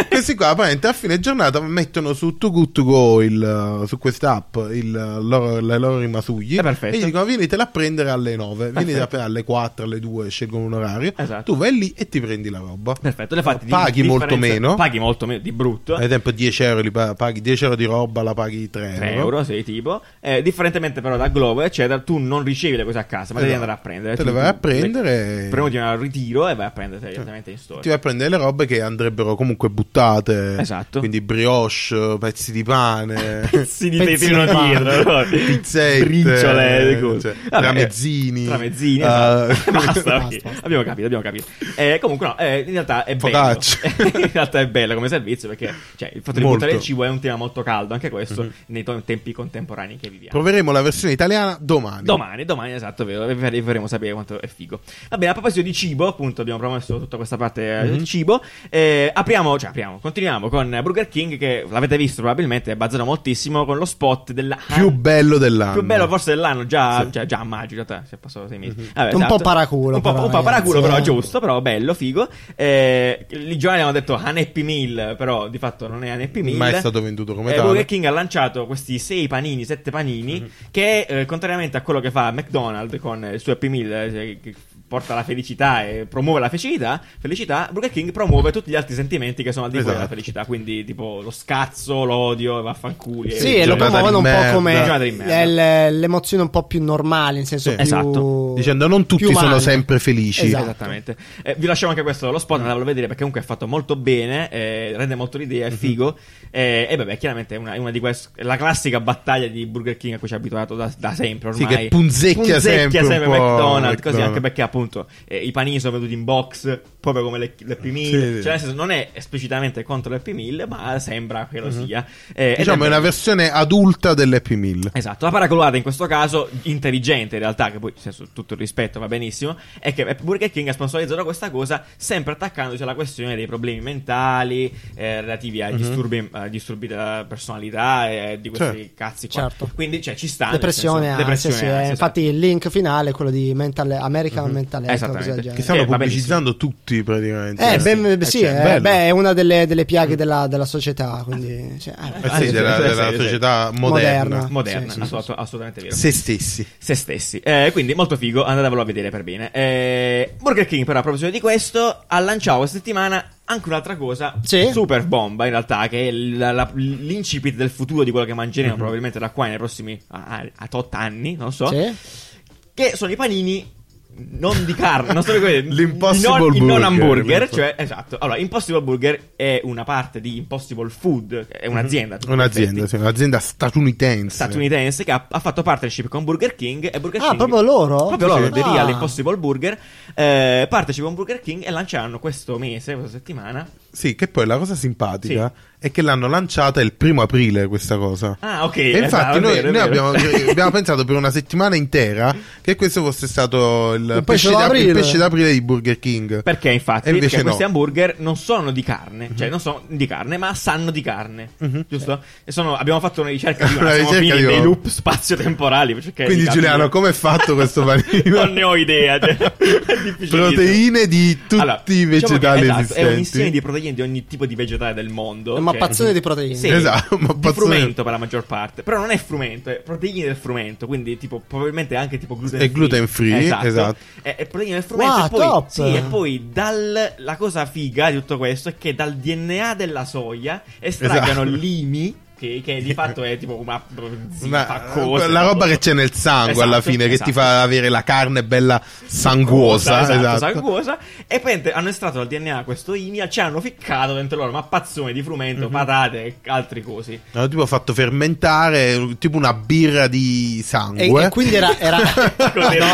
Questi qua apparentemente a fine giornata mettono su Too Good To Go il, eh, su questa app il eh, loro, le loro rimasugli
È perfetto.
e gli dicono venitela a prendere alle 9, venite a prendere alle 4, alle 2, scelgono un orario.
Esatto.
Tu vai lì e ti prendi la roba.
Perfetto, le fatti di-
Paghi
di
molto
differenza-
meno.
Paghi molto meno di brutto.
Ad esempio 10 euro, li pa- paghi 10 euro di roba, la paghi 3 euro.
3 euro, sei tipo. Eh, differentemente però da Globo, eccetera, tu non ricevi le cose a casa, ma
Esatto.
devi andare a prendere.
Te
Tu-
le vai a
tu-
prendere e-
Prenoti un ritiro e vai a prendere direttamente in
Ti
store.
vai a prendere le robe che andrebbero comunque buttate.
Esatto.
Quindi brioche, pezzi di pane.
Pezzi di te
Pezzi
tirano
di pane.
dietro, no?
Pizzette,
briciole,
eh,
cose.
cioè,
Vabbè,
tramezzini,
tramezzini,
eh,
esatto. basta,
basta,
ok.
basta.
abbiamo capito, abbiamo capito. Eh, comunque, no, eh, in realtà è
Focaccia.
bello. in realtà è bello come servizio perché cioè, il fatto di
Molto. Mm-hmm.
buttare il cibo è un tema molto caldo, anche questo, nei to- tempi contemporanei che viviamo.
Proveremo la versione italiana domani.
Domani, domani, esatto, vero, vi vi faremo sapere quanto è figo. Va bene, a proposito di cibo, appunto, abbiamo promesso tutta questa parte eh, del cibo. eh, apriamo, cioè apriamo, continuiamo con Burger King, che l'avete visto probabilmente, è bazzato moltissimo con lo spot della...
Più bello dell'anno.
Più bello forse dell'anno, già, già, già a maggio, in realtà si è passato sei mesi.
Mm-hmm.
Vabbè, esatto.
Un po' paraculo,
Un po',
però,
un po' paraculo,
ragazzi,
però
eh.
giusto, però bello, figo. Eh, I giovani hanno detto un Happy Meal, però di fatto non è un Happy Meal.
Mai stato venduto come
Eh,
tale.
Burger King ha lanciato questi sei panini, sette panini,
Mm-hmm.
che eh, contrariamente a quello che fa McDonald's con eh, il suo Happy Meal, eh, cioè, che porta la felicità e promuove la felicità, felicità, Burger King promuove tutti gli altri sentimenti che sono al di fuori della
Esatto.
felicità, quindi tipo lo scazzo, l'odio, vaffanculo.
Sì, e lo
giornata
promuovono un
di
po'
merda.
Giornata di merda.
come le- l'emozione un po' più normale, in senso
Sì.
più...
Esatto.
Dicendo non tutti
più
sono
umane.
sempre felici.
Esatto.
Esattamente. Eh, vi lasciamo anche questo lo spot, andatelo a vedere perché comunque è fatto molto bene, eh, rende molto l'idea,
Mhm.
è figo. Eh, e vabbè, chiaramente è una, è una di queste, è la classica battaglia di Burger King a cui ci ha abituato da, da sempre
Sì,
ormai.
che punzecchia sempre un
sempre
po' ecco.
McDonald's, così
McDonald's.
anche perché appunto eh, i panini sono venduti in box, proprio come le, le Happy Meal.
Sì, sì.
Cioè, nel senso, non è esplicitamente contro le Happy Meal, ma sembra che lo sia. Eh, ed
Mhm. Diciamo, è una
bello.
versione adulta dell'Happy Meal.
Esatto, la paracolata in questo caso, intelligente in realtà, che poi nel senso, tutto il rispetto va benissimo, è che Burger King ha sponsorizzato questa cosa sempre attaccandosi alla questione dei problemi mentali eh, relativi ai disturbi, eh, disturbi della personalità e di questi
Certo.
cazzi qua.
Certo.
Quindi cioè, ci sta. nel
Depressione,
senso-
ansia,
depressione,
sì, eh,
ansia, esatto.
infatti il link finale è quello di Mental, American
Mhm.
Mental Health, una cosa del
Esattamente.
genere.
Che stanno
Eh, va
pubblicizzando tutti praticamente.
Eh, ben- sì,
cioè,
eh,
bello. Mm.
beh, è una delle, delle piaghe della, della società, quindi... cioè, eh,
Eh sì,
Ah,
della,
sì, sì,
della
sì, sì.
società moderna.
Moderna.
Moderna,
Sì, sì,
assolut- assolutamente vero.
Se stessi.
se stessi. Eh, quindi molto figo, andatevelo a vedere per bene. Eh, Burger King, però, a proposito di questo, ha lanciato questa settimana anche un'altra cosa
Sì.
super bomba, in realtà, che è la- la- l'incipit del futuro di quello che
Mhm.
mangeremo probabilmente da qua nei prossimi a, a, a tot anni, non so.
sì.
Mm.
Che sono i panini. Non di carne, non so come dire,
L'Impossible
non, il non
Burger.
hamburger, cioè esatto. Allora, Impossible Burger è una parte di Impossible Food, è un'azienda. a tutti gli
Mhm. Un'azienda,
effetti,
sì, un'azienda statunitense.
statunitense che ha, ha fatto partnership con Burger King e Burger
Ah,
King
proprio loro?
proprio loro,
Sì.
aderì
Ah.
all'Impossible Burger, eh, partecipa a un Burger King e lanceranno questo mese, questa settimana.
Sì, che poi la cosa simpatica è che l'hanno lanciata il primo aprile questa cosa.
Ah, ok.
E infatti
esatto,
noi,
è vero, è
noi
vero.
abbiamo, cioè, abbiamo pensato per una settimana intera che questo fosse stato il
pesce
pesce, d'ap-
d'aprile.
il pesce d'aprile di Burger King.
Perché infatti?
E invece
perché questi
no. Mhm.
hamburger non sono di carne, cioè non sono di carne, ma sanno di carne, giusto? E sono- abbiamo fatto una ricerca di
Una
una, siamo
ricerca
finiti
di-
dei loop spazio-temporali. per cercare
Quindi
di
Giuliano,
capire.
come è fatto questo panino?
diciamo non ne ho idea. cioè, è difficilissimo.
Proteine di tutti
Allora,
i
diciamo che,
vegetali
esatto, È un
esistenti.
insieme di proteine di ogni tipo di vegetale del mondo.
È una
che-
mappazione di proteine.
Sì,
Esatto, una
di
mappazione.
frumento per la maggior parte. Però non è frumento, è proteine del frumento, quindi tipo probabilmente anche tipo gluten
È gluten free, esatto.
È, è proteine del frumento
Wow,
e poi
top!
sì, e poi dal la cosa figa di tutto questo è che dal DNA della soia estraggono
Esatto.
limi che, che di fatto è tipo una,
Ma-
fa cose,
la roba
no?
che c'è nel sangue
Esatto,
alla fine, che ti
esatto.
fa avere la carne bella sanguosa.
Esatto,
esatto.
sanguosa. E praticamente hanno estratto dal DNA questo imia, ci hanno ficcato dentro loro mappazzone di frumento, patate e altri cosi.
Hanno tipo fatto fermentare tipo una birra di sangue.
E, e quindi era, era-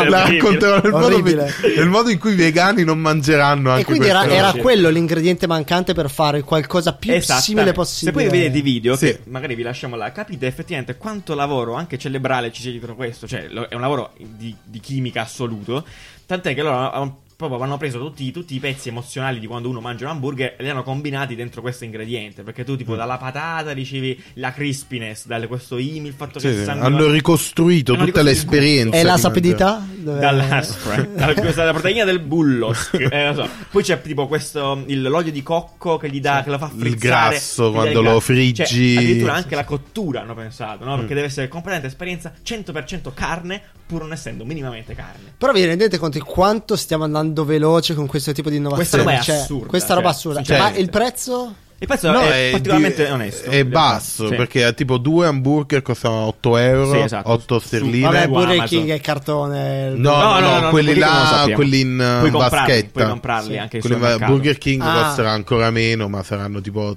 la racconterò nel modo,
Orribile.
nel modo in cui i vegani non mangeranno anche
e quindi era,
queste
era
cose.
quello l'ingrediente mancante per fare qualcosa più
Esattamente.
simile possibile.
Se poi vedete i video,
Sì.
che magari vi lasciamo là, capite effettivamente quanto lavoro anche cerebrale ci sia dietro questo. Cioè, lo- è un lavoro di, di chimica assoluto. Tant'è che loro hanno- proprio hanno preso tutti, tutti i pezzi emozionali di quando uno mangia un hamburger e li hanno combinati dentro questo ingrediente. Perché tu,
Mm.
tipo, dalla patata ricevi la crispiness, dal questo imi, il fatto
Sì,
che il
sì,
sangue
hanno
va-
ricostruito
Hanno
tutta
ricostruito il
l'esperienza.
E la
di
sapidità? Dove-
Dalla, dalla, eh. dalla proteina del bullo. Eh, lo so. Poi c'è tipo questo il- l'olio di cocco che gli dà, che lo fa
Il
frizzare. gli
grasso,
dà il
quando lo
grasso. Cioè,
friggi. Mm.
addirittura anche la cottura hanno pensato, no? Perché deve essere completamente esperienza 100% carne, pur non essendo minimamente carne.
Però vi rendete conto di quanto stiamo andando veloce con questo tipo di
Questa
innovazione?
roba è
Cioè,
assurda,
Questa roba
cioè,
assurda. Ma
sinceramente.
il prezzo?
Il prezzo
No,
è,
è
particolarmente
di-
onesto.
È basso
Sì.
perché tipo due hamburger costavano 8 euro,
Sì, esatto.
8
Su-
sterline.
Vabbè,
su
Burger
Amazon.
King è cartone.
No, no, no, quelli
quelli non lo
là,
sappiamo.
quelli in, eh,
puoi comprarli,
vaschetta.
Puoi comprarli
Sì.
anche
Quello
sul
va-
mercato.
Burger King
Ah.
costerà ancora meno, ma saranno tipo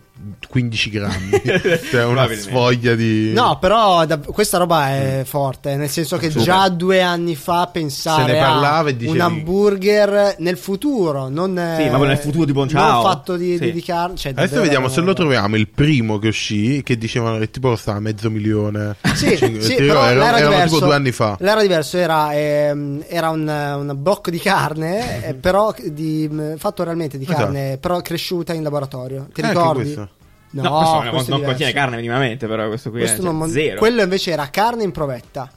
15 grammi. cioè una
Probabilmente.
sfoglia di.
No, però da- questa roba è forte, nel senso che
Super.
già due anni fa pensare
Se ne parlava
a
e dicevi-
un hamburger nel futuro, non,
Sì, ma nel futuro tipo, ciao.
non fatto di,
Sì.
di- di carne. cioè,
Adesso
davvero
vediamo se lo
roba.
troviamo il primo che uscì che dicevano che tipo costava mezzo milione.
Sì,
Cioè,
sì,
ti dico,
però
era,
l'era
erano
diverso.
tipo due anni fa.
L'era diverso, era, ehm, era un, un blocco di carne, eh, però di- mh, fatto realmente di
Esatto.
carne, però cresciuta in laboratorio. Ti
Eh, anche
ricordi?
questo.
No, questo non-
questo è
non
diverso.
contiene carne minimamente, però questo qui
Questo
è cioè,
non-
zero.
Quello invece era carne in provetta.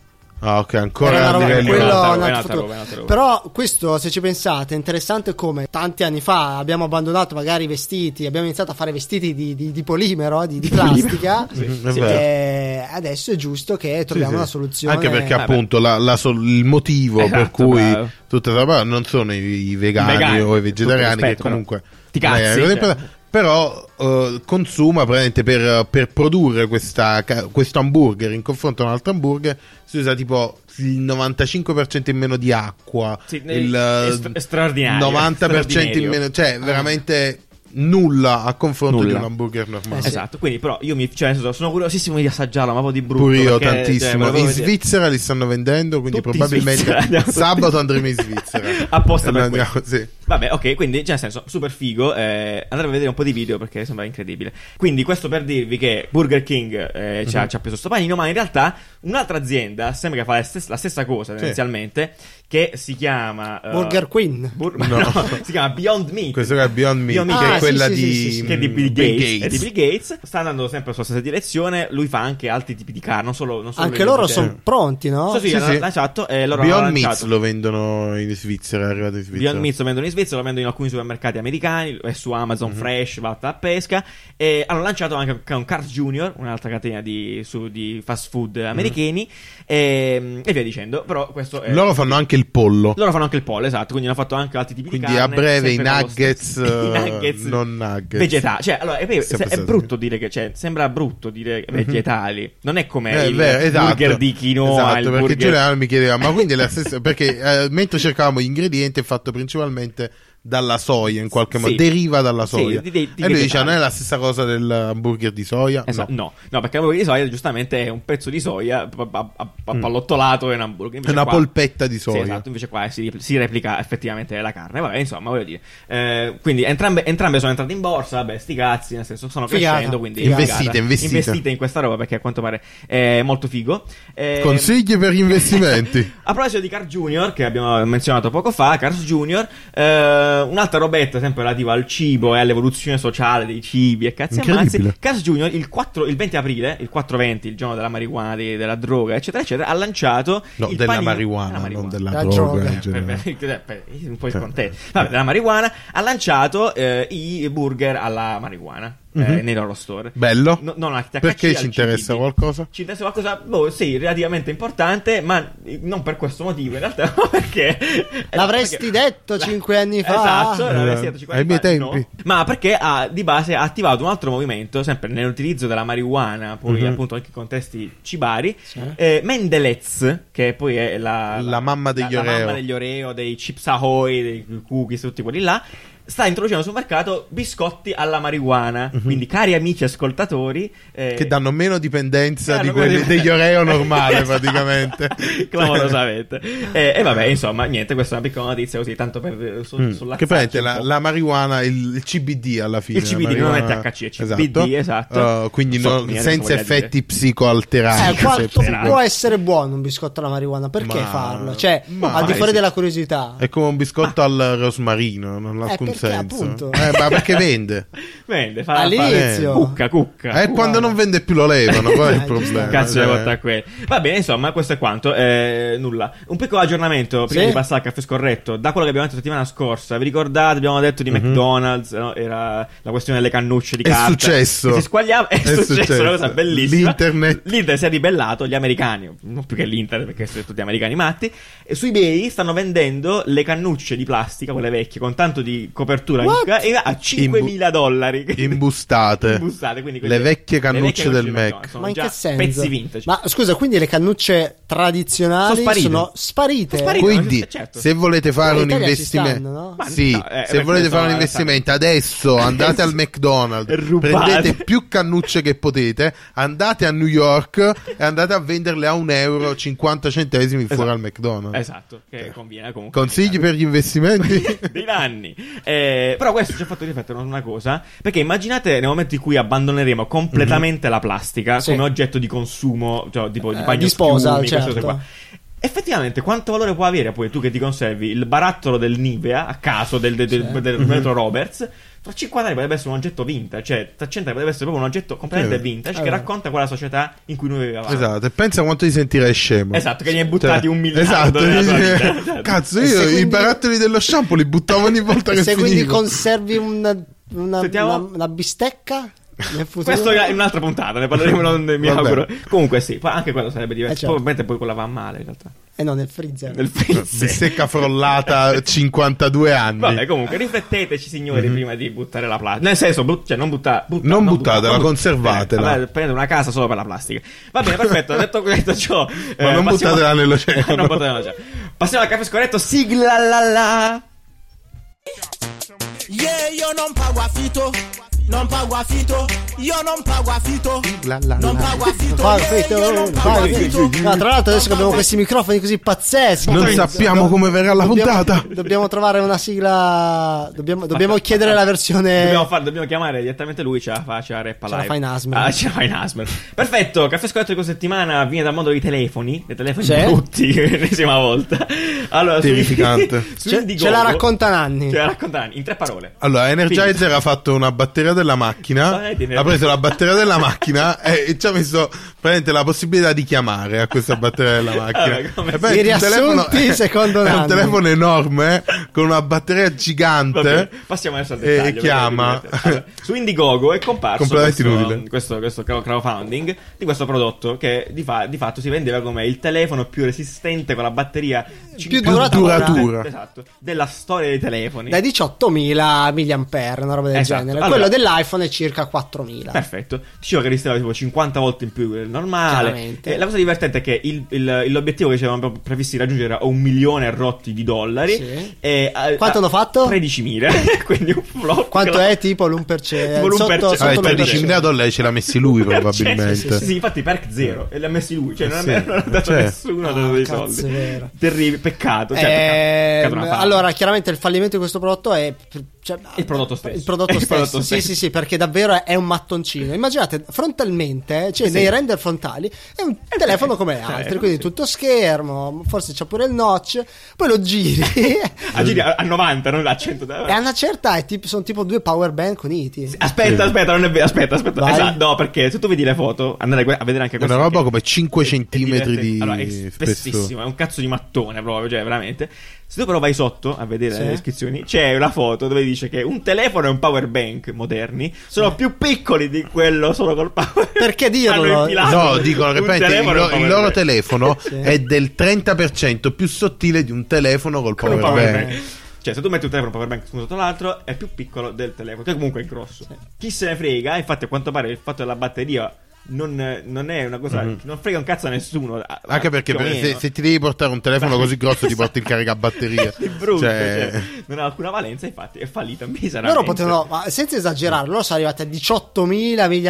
Ah, ok, ancora
Era una
a
roba-
livello-
quello
È un'altra
un
roba,
altro
è un'altra
futuro.
roba, è un'altra roba.
Però questo, se ci pensate, è interessante come tanti anni fa abbiamo abbandonato magari i vestiti, abbiamo iniziato a fare vestiti di, di- di polimero, di, di plastica.
Mhm, è vero.
E adesso è giusto che
Sì,
troviamo
sì.
una soluzione.
Anche perché
Vabbè.
appunto la- la sol- il motivo
Esatto,
per cui
bravo.
tutta la roba non sono i, i vegani,
Vegani,
o i
tutto
vegetariani che
rispetto, però.
comunque
Ti cazzi,
Eh, cosa
cioè.
importante. però eh, consuma praticamente per, per produrre questa ca- questo hamburger in confronto a un altro hamburger si usa tipo il 95% in meno di acqua
Sì,
il
è
eh,
stra- è straordinario,
90% in
straordinario. Ah.
meno cioè veramente nulla a confronto di
Nulla.
un hamburger normale
Eh sì.
Esatto, quindi però io mi, cioè, nel senso, sono curiosissimo di assaggiarlo, ma proprio di brutto.
Pure io
perché, cioè,
tantissimo.
volevo
in
vedere-
Svizzera li stanno vendendo, quindi
Tutti in Svizzera,
probabilmente
andiamo tutti-
sabato andremo in Svizzera.
Apposta per
Eh, andiamo- sì.
Vabbè, ok, quindi, cioè, nel senso, super figo. eh, andremo a vedere un po' di video perché sembra incredibile. Quindi, questo per dirvi che Burger King eh,
Mhm.
ci, ha, ci ha preso sto panino, ma in realtà un'altra azienda, sembra che fa la stessa, la stessa cosa tendenzialmente, che si chiama... eh,
Burger Queen.
Bur-
No.
no, si chiama Beyond Meat.
Questo qua è Beyond Meat,
Beyond
che
Meat.
è
Ah,
quella
sì, sì,
di, mm,
sì, sì.
che è di Bill
Bill
Gates, è di Bill Gates sta andando sempre sulla stessa direzione lui fa anche altri tipi di carne non solo, non solo
Anche
le
loro
vite.
sono pronti, no?
Sì, sì,
Sì,
hanno
sì.
lanciato e loro hanno
Beyond Meat
lanciato
lo vendono in Svizzera, è arrivato in Svizzera.
Beyond Meat lo vendono in Svezia, lo vendono in alcuni supermercati americani, è su Amazon
Mhm.
Fresh, va a pesca. E hanno lanciato anche un Cars Junior, un'altra catena di, su- di fast food
Mhm.
americani, e, e via dicendo. Però questo è...
Loro fanno anche il pollo.
loro fanno anche il pollo, esatto, quindi hanno fatto anche altri tipi
Quindi
di carne.
a breve i
sempre con lo
nuggets,
stesso-
eh, non nuggets.
Vegeta- cioè, allora, è,
Sempre
se- è
stato-
brutto dire che, cioè, sembra brutto dire vegetali. Non è come
Eh,
il
vero, esatto.
burger di quinoa,
Esatto,
il
perché
burger...
Giuliano mi chiedeva, ma quindi è la stessa... perché eh, mentre cercavamo gli ingredienti è fatto principalmente dalla soia, in qualche
Sì.
modo, deriva dalla
Sì,
soia.
di- di- di
e lui dice, "Ah,
vegetali.
non è la stessa cosa dell'hamburger di soia?
Eh, so- no. no, perché l'hamburger di soia giustamente è un pezzo di soia a- a- a- appallottolato e un hamburger. Invece
Mm. È una
qua-
polpetta di
Sì,
soia.
esatto, invece qua si, si replica effettivamente la carne. Vabbè, insomma, voglio dire. Eh, quindi entrambe, entrambe sono entrate in borsa, vabbè, sti cazzi, nel senso sono
Figata.
crescendo, quindi
Figata.
Investite, investite.
Investite in questa roba perché a quanto pare è molto figo. Eh,
Consigli per gli investimenti.
a proposito di Cars Junior, che abbiamo menzionato poco fa, Cars Junior eh, eh, un'altra robetta, sempre relativa al cibo e all'evoluzione sociale dei cibi e cazzi e ammazzi.
Incredibile.
Cas Junior il, 4 il 20 aprile, il 420, il giorno della marijuana, de- della droga, eccetera, eccetera, ha lanciato.
No,
il
della
panino- Ah,
marijuana, non della
La
droga.
droga.
in Cioè, eh.
per-
generale.
Cioè, per- per- per- un po' scontento. Vabbè, della marijuana ha lanciato eh, i burger alla marijuana eh, nei loro store.
Mhm. Bello.
No, non al THC,
Perché
al
ci interessa
CBD.
qualcosa?
Ci interessa qualcosa, boh, sì, relativamente importante, ma eh, non per questo motivo in realtà, ma perché...
L'avresti
perché-
detto cinque anni fa.
Esatto, l'avresti
Eh,
detto cinque anni
ai miei
fa,
tempi.
no. Ma perché ha, di base ha attivato un altro movimento, sempre nell'utilizzo della marijuana, poi
Mhm.
appunto anche in contesti cibari, eh, Mendelez, che poi è la,
La mamma degli
la
Oreo.
mamma degli Oreo, dei Chips Ahoy, dei cookies, tutti quelli là, sta introducendo sul mercato biscotti alla marijuana. Quindi, cari amici ascoltatori, eh,
Mhm. Che danno meno dipendenza
eh,
di
non
quelli
vedo-
degli Oreo normale,
Esatto.
praticamente. Cioè.
Clamorosamente. Eh, e, e vabbè, insomma, niente, questa è una piccola notizia così, tanto per eh, su,
Mm.
sulla
Che praticamente
un
la,
po'.
la marijuana, il, il CBD alla fine.
Il CBD,
la
non è
marijuana-
THC, è CBD, esatto.
Eh, quindi
So,
no-
mi adesso
senza
voglio
effetti
dire.
psicoalteranti.
Eh, quanto
se-
Sì.
può essere buono un biscotto alla marijuana? Perché
Ma-
farlo? Cioè,
ma-
al di fuori
sì.
della curiosità.
È come un biscotto al rosmarino, non ha
Eh,
alcun
perché,
senso.
appunto.
Eh, ma perché vende?
Vende, fa
All'inizio.
fa- Cucca, cucca.
Eh, quando non vende più lo levano, qual è il
Eh, giusto.
problema?
Cazzo
Cioè,
di volta a quello. Va bene, insomma, questo è quanto. Eh, nulla. Un piccolo aggiornamento prima
Sì.
di passare al caffè scorretto. Da quello che abbiamo detto settimana scorsa, vi ricordate? Abbiamo detto di McDonald's, no? era la questione delle cannucce di
È
carta.
successo.
Che si squagliava. È,
È
successo,
successo.
una cosa bellissima.
L'internet.
L'Inter si è ribellato, gli americani, non più che l'Inter, perché sono tutti americani matti. E su eBay stanno vendendo le cannucce di plastica, quelle vecchie, con tanto di copertura
What?
e a 5.000 dollari.
Imbustate.
Imbustate, quindi
Le
quelle-
vecchie cannucce del
di
Mac.
McDonald's sono
Ma in
già
che senso?
Pezzi vintage.
Ma scusa, quindi le cannucce tradizionali
Sono sparite.
sono sparite.
Sono sparite.
Quindi,
Eh, certo.
se volete fare
In
un
Italia ci
investimento,
stanno, no?
Ma
sì,
no, eh,
se
beh,
volete
questo
fare un
no,
investimento adesso andate al
E
McDonald's,
rubate.
prendete più cannucce che potete, andate a New York e andate a venderle a 1 euro 50 centesimi fuori al McDonald's.
Esatto, che conviene comunque.
Eh.
eh,
Consigli per gli investimenti?
dei danni. Eh, però questo ci ha fatto riflettere su una cosa, perché immaginate nel momento in cui abbandoneremo completamente la plastica
Mhm. Sì.
come oggetto di consumo, cioè tipo di
Eh,
bagno
disposal,
fiumi, queste
certo.
cose qua. Effettivamente, quanto valore può avere poi tu che ti conservi il barattolo del Nivea a caso del, del, del- del
Mhm.
retro Roberts? Tra 50 anni potrebbe essere un oggetto vintage, cioè tra 100 anni potrebbe essere proprio un oggetto completamente
Sì.
vintage
Eh.
che racconta quella società in cui noi vivevamo.
Esatto, e pensa quanto ti sentirai scemo.
Esatto, che ne hai buttati un miliardo
Esatto,
nella tua
dici,
vita. Esatto.
cazzo,
E se
io i
quindi-
barattoli dello shampoo li buttavo ogni volta che
E se quindi
finivo.
conservi una, una,
Sentiamo?
una- una bistecca nel futuro.
Questo è in un'altra puntata, ne parleremo, non, mi
Vabbè.
auguro. Comunque sì, poi anche quello sarebbe diverso.
Eh, certo.
Probabilmente poi quella va male in realtà.
Eh no, nel freezer.
Nel freezer.
Bistecca frollata 52 anni.
Vabbè, comunque, rifletteteci, signori, prima di buttare la plastica. Nel senso, but- cioè, non, butta- butta-
Mhm. Non
butta-
buttatela,
non butta-
conservatela.
Eh, vabbè, prendete una casa solo per la plastica. Va bene, perfetto. detto, detto ciò, eh,
Ma non buttatela nell'oceano.
non buttatela nell'oceano. Passiamo al caffè scorretto. Sigla la la.
Yeah, yo non pa guafito, non pa guafito, yo non pa guafito,
La, la,
non
la.
pa guafito,
Vai,
yeah,
Fito,
yo non pa
vai,
guafito.
Fito. No, eh, tra l'altro adesso che abbiamo questi microfoni così pazzeschi
Non sappiamo come verrà la
dobbiamo-
puntata.
Dobbiamo trovare una sigla. Dobbiamo, dobbiamo chiedere la versione.
Dobbiamo, fare- dobbiamo chiamare direttamente lui, ce la fa, ce la reppa
Ce la
live.
fa in Asmer.
Ah, ce la fa in Asmer. Perfetto, caffè scoletto di questa settimana viene dal mondo dei telefoni, dei telefoni
Sì.
brutti, l'ennesima volta. Allora, su-
Terrificante.
su
Ce,
Indiegogo-
ce la racconta Nanni.
Ce la racconta in tre parole.
Allora, Energizer ha fatto una batteria della macchina.
Dai,
Ha preso la batteria della macchina e, e ci ha messo praticamente la possibilità di chiamare a questa batteria della macchina.
Vabbè, come
E
si-
poi
I riassunti secondo
è un
Nanni.
telefono enorme con una batteria gigante.
Vabbè, passiamo adesso al
E
dettaglio.
chiama-
perché è divertente. Allora, su Indiegogo è comparso
Completamente
questo,
inutile.
questo, questo crow- crowdfunding di questo prodotto che di, fa- di fatto si vendeva come il telefono più resistente con la batteria
Più
cinquanta volte-
duratura.
Esatto, della storia dei telefoni.
Da 18.000 mAh, una roba del
Esatto.
genere.
Allora-
Quello dell'iPhone è circa 4.000.
Perfetto, dicevo che ristava tipo 50 volte in più del normale.
Chiaramente.
E la cosa divertente è che il- il- l'obiettivo che ci avevamo previsto di raggiungere era un milione rotti di dollari.
Sì.
E, a-
Quanto
a-
hanno fatto?
13.000. Quindi un flop.
Quanto
Che la-
è tipo l'1%?
Tipo l'1%.
Sotto,
Ah,
Vabbè,
è
sotto l'1%.
13.000 dollari ce l'ha messi lui
Cioè,
probabilmente.
Sì, sì, sì, infatti perk zero e l'ha messi lui, cioè non,
Sì,
ha- non ha dato
cioè.
nessuno ha dato
Ah,
dei
cazzo,
soldi.
è vero.
Terribile, peccato. Cioè,
Eh,
peccato, peccato una fama.
allora, chiaramente il fallimento di questo prodotto è pr- cioè,
Il prodotto stesso.
Il prodotto
Il
stesso.
prodotto
sì,
stesso.
sì, sì, perché davvero è- è un mattoncino. Immaginate frontalmente, cioè nei render frontali, è un
Eh,
telefono come altri,
telefono,
quindi
certo, sì.
tutto schermo, forse c'è pure il notch, poi lo giri
A, giri a a 90, non a 100.
e a una certa è tipo- sono tipo due power bank uniti.
Aspetta, aspetta, non è vero. Aspetta, aspetta.
Vai.
Esatto, no, perché se tu vedi le foto, andare a vedere anche
Una
questa.
roba
che-
come 5
è- è
centimetri di
divertente. Allora, è
spessore.
spessissimo, è un cazzo di mattone proprio, cioè veramente. Se tu però vai sotto a vedere
Sì.
le descrizioni, c'è una foto dove dice che un telefono e un power bank moderni sono più piccoli di quello solo col power
Perché dirlo?
Hanno infilato
No, dicono che
Ah, un
praticamente il,
telefono e un
lo- il
power
loro
bank.
telefono
Sì.
è del 30% più sottile di un telefono col
Con un
power
power
bank.
bank. Cioè, se tu metti un telefono power bank uno sotto l'altro, è più piccolo del telefono, che comunque è grosso. Chi se ne frega, eh, infatti, a quanto pare il fatto della batteria non, non è una cosa. Non frega un cazzo a nessuno. a-
Mhm. Anche
a-
perché
più o
per- se,
meno.
se ti devi portare un telefono così grosso ti porti il caricabatteria.
Di brutto,
Cioè,
cioè, non ha alcuna valenza, infatti, è fallita miseramente.
Loro potevano, ma senza esagerare, loro sono arrivati a 18.000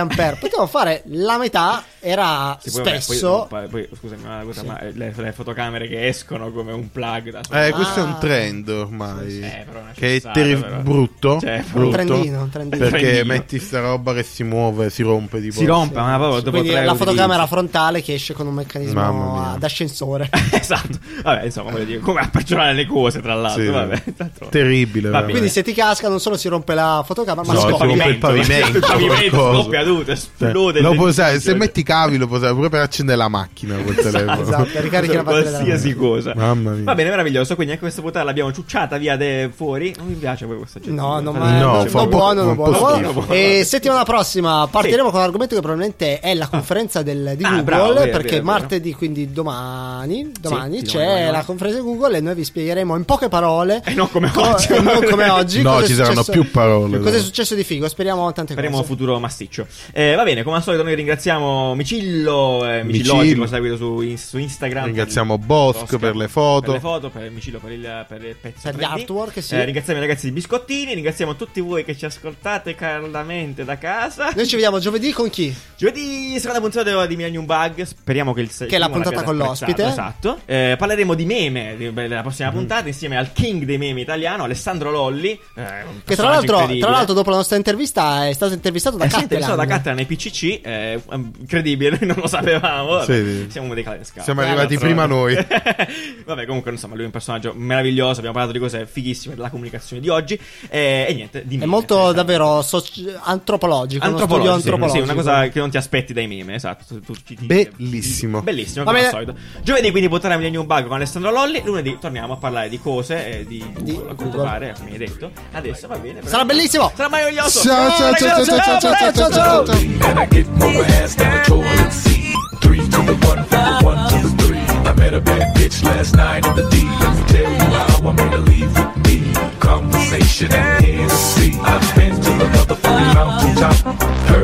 mAh. Potevano fare la metà, era
Sì, poi, vabbè,
spesso.
poi- poi- scusami, una cosa, ma eh, le, le fotocamere che escono come un plug da
eh, questo è
Ah.
un trend ormai.
Eh, però è una
che è
stronzata,
terri-
però.
brutto.
Cioè, è
brutto,
un trendino, un trendino.
Perché
Trendino.
metti sta roba che si muove, si rompe. Tipo,
si rompe, ma proprio dopo
Quindi
tre
la
utilizzi.
fotocamera frontale che esce con un
Mamma
meccanismo
mia.
ad ascensore.
esatto. Vabbè, insomma, voglio dire, come appaggiorare le cose, tra l'altro.
Sì.
esatto, Vabbè, d'altronde.
Terribile,
Va
veramente.
Quindi se ti casca non solo si rompe la fotocamera, ma
No,
scoppia.
si rompe il pavimento,
il pavimento
qualcosa.
scoppia tutto,
Cioè,
esplode.
lo puoi usare, se metti i cavi lo puoi usare pure per accendere la macchina quel telefono.
Esatto, ricarichi la batteria. della-
qualsiasi cosa.
Mamma mia.
Va bene, meraviglioso. Quindi anche questa puntata l'abbiamo ciucciata via de- fuori. Non mi piace poi questa gente.
No, no,
Fate- cioè,
ma
No,
no,
fa
no,
un po'-
buono, no,
un po'
buono.
schifo.
Buono. E settimana prossima partiremo con un argomento che probabilmente è la conferenza del, di
Ah,
Google,
bravo, vero,
perché
vero,
martedì, quindi domani, domani
sì,
c'è
domani, domani.
la conferenza di Google e noi vi spiegheremo in poche parole.
E non come
co-
oggi.
e non come oggi,
No,
cosa è
ci saranno
successo-
più parole,
Cosa è
però.
successo di figo? Speriamo tante
Faremo un
cose.
futuro masticcio. Eh, va bene, come al solito, noi ringraziamo Micillo, eh, Micillogico,
Micillo.
seguito su, in- su Instagram.
Ringraziamo Bosch per le foto.
Per le foto, per Micillo, per il, per il pezzo.
Per gli
3D.
artwork, sì.
Eh, ringraziamo i ragazzi di Biscottini. Ringraziamo tutti voi che ci ascoltate caldamente da casa.
Noi ci vediamo giovedì con chi?
Giovedì, seconda puntata di Millennium Bug. Speriamo che il se-
Che è la
primo
puntata
l'abbiate
con
apprezzato, Esatto.
l'ospite.
Eh, parleremo di meme di- beh, della
Mm.
prossima puntata insieme al king dei meme italiano, Alessandro Lolli. eh,
Che tra l'altro, tra l'altro dopo la nostra intervista è stato intervistato da
è stato
Cattelan.
interessato da Cattelan nei PCC, eh, incredibile, noi non lo sapevamo.
Sì,
Vabbè,
sì.
Siamo dei calescali.
Siamo arrivati prima noi.
Vabbè, comunque, insomma, lui è un personaggio meraviglioso. Abbiamo parlato di cose fighissime della comunicazione di oggi. eh, e niente, di
È
meme.
molto
Esatto.
davvero soci- antropologico, uno studio
Antropologico, sì,
antropologico.
Sì, una cosa che non ti aspetti dai meme, esatto. Tu- tu- ti- ti-
Bellissimo.
Bellissimo,
Va
come al
bene.
solito. Giovedì quindi porterà Millennium Bug con Alessandro Lolli, lunedì torniamo a parlare di cose, eh, di Google,
Di
a quanto
Google.
pare, come hai detto. Adesso va bene. però-
Sarà bellissimo.
Sarà meraviglioso.
Ciao, ciao,
ragazzi,
ciao, ciao, ciao,
ciao,
ciao,
ciao, ciao, ciao.
And I get more ass than a toilet seat. Three to the one, from the one to the three. I met a bad bitch last night in the D. Let me tell you how I made her leave with me. Conversation and Hennessy. I've been to the motherfucking mountaintop. Her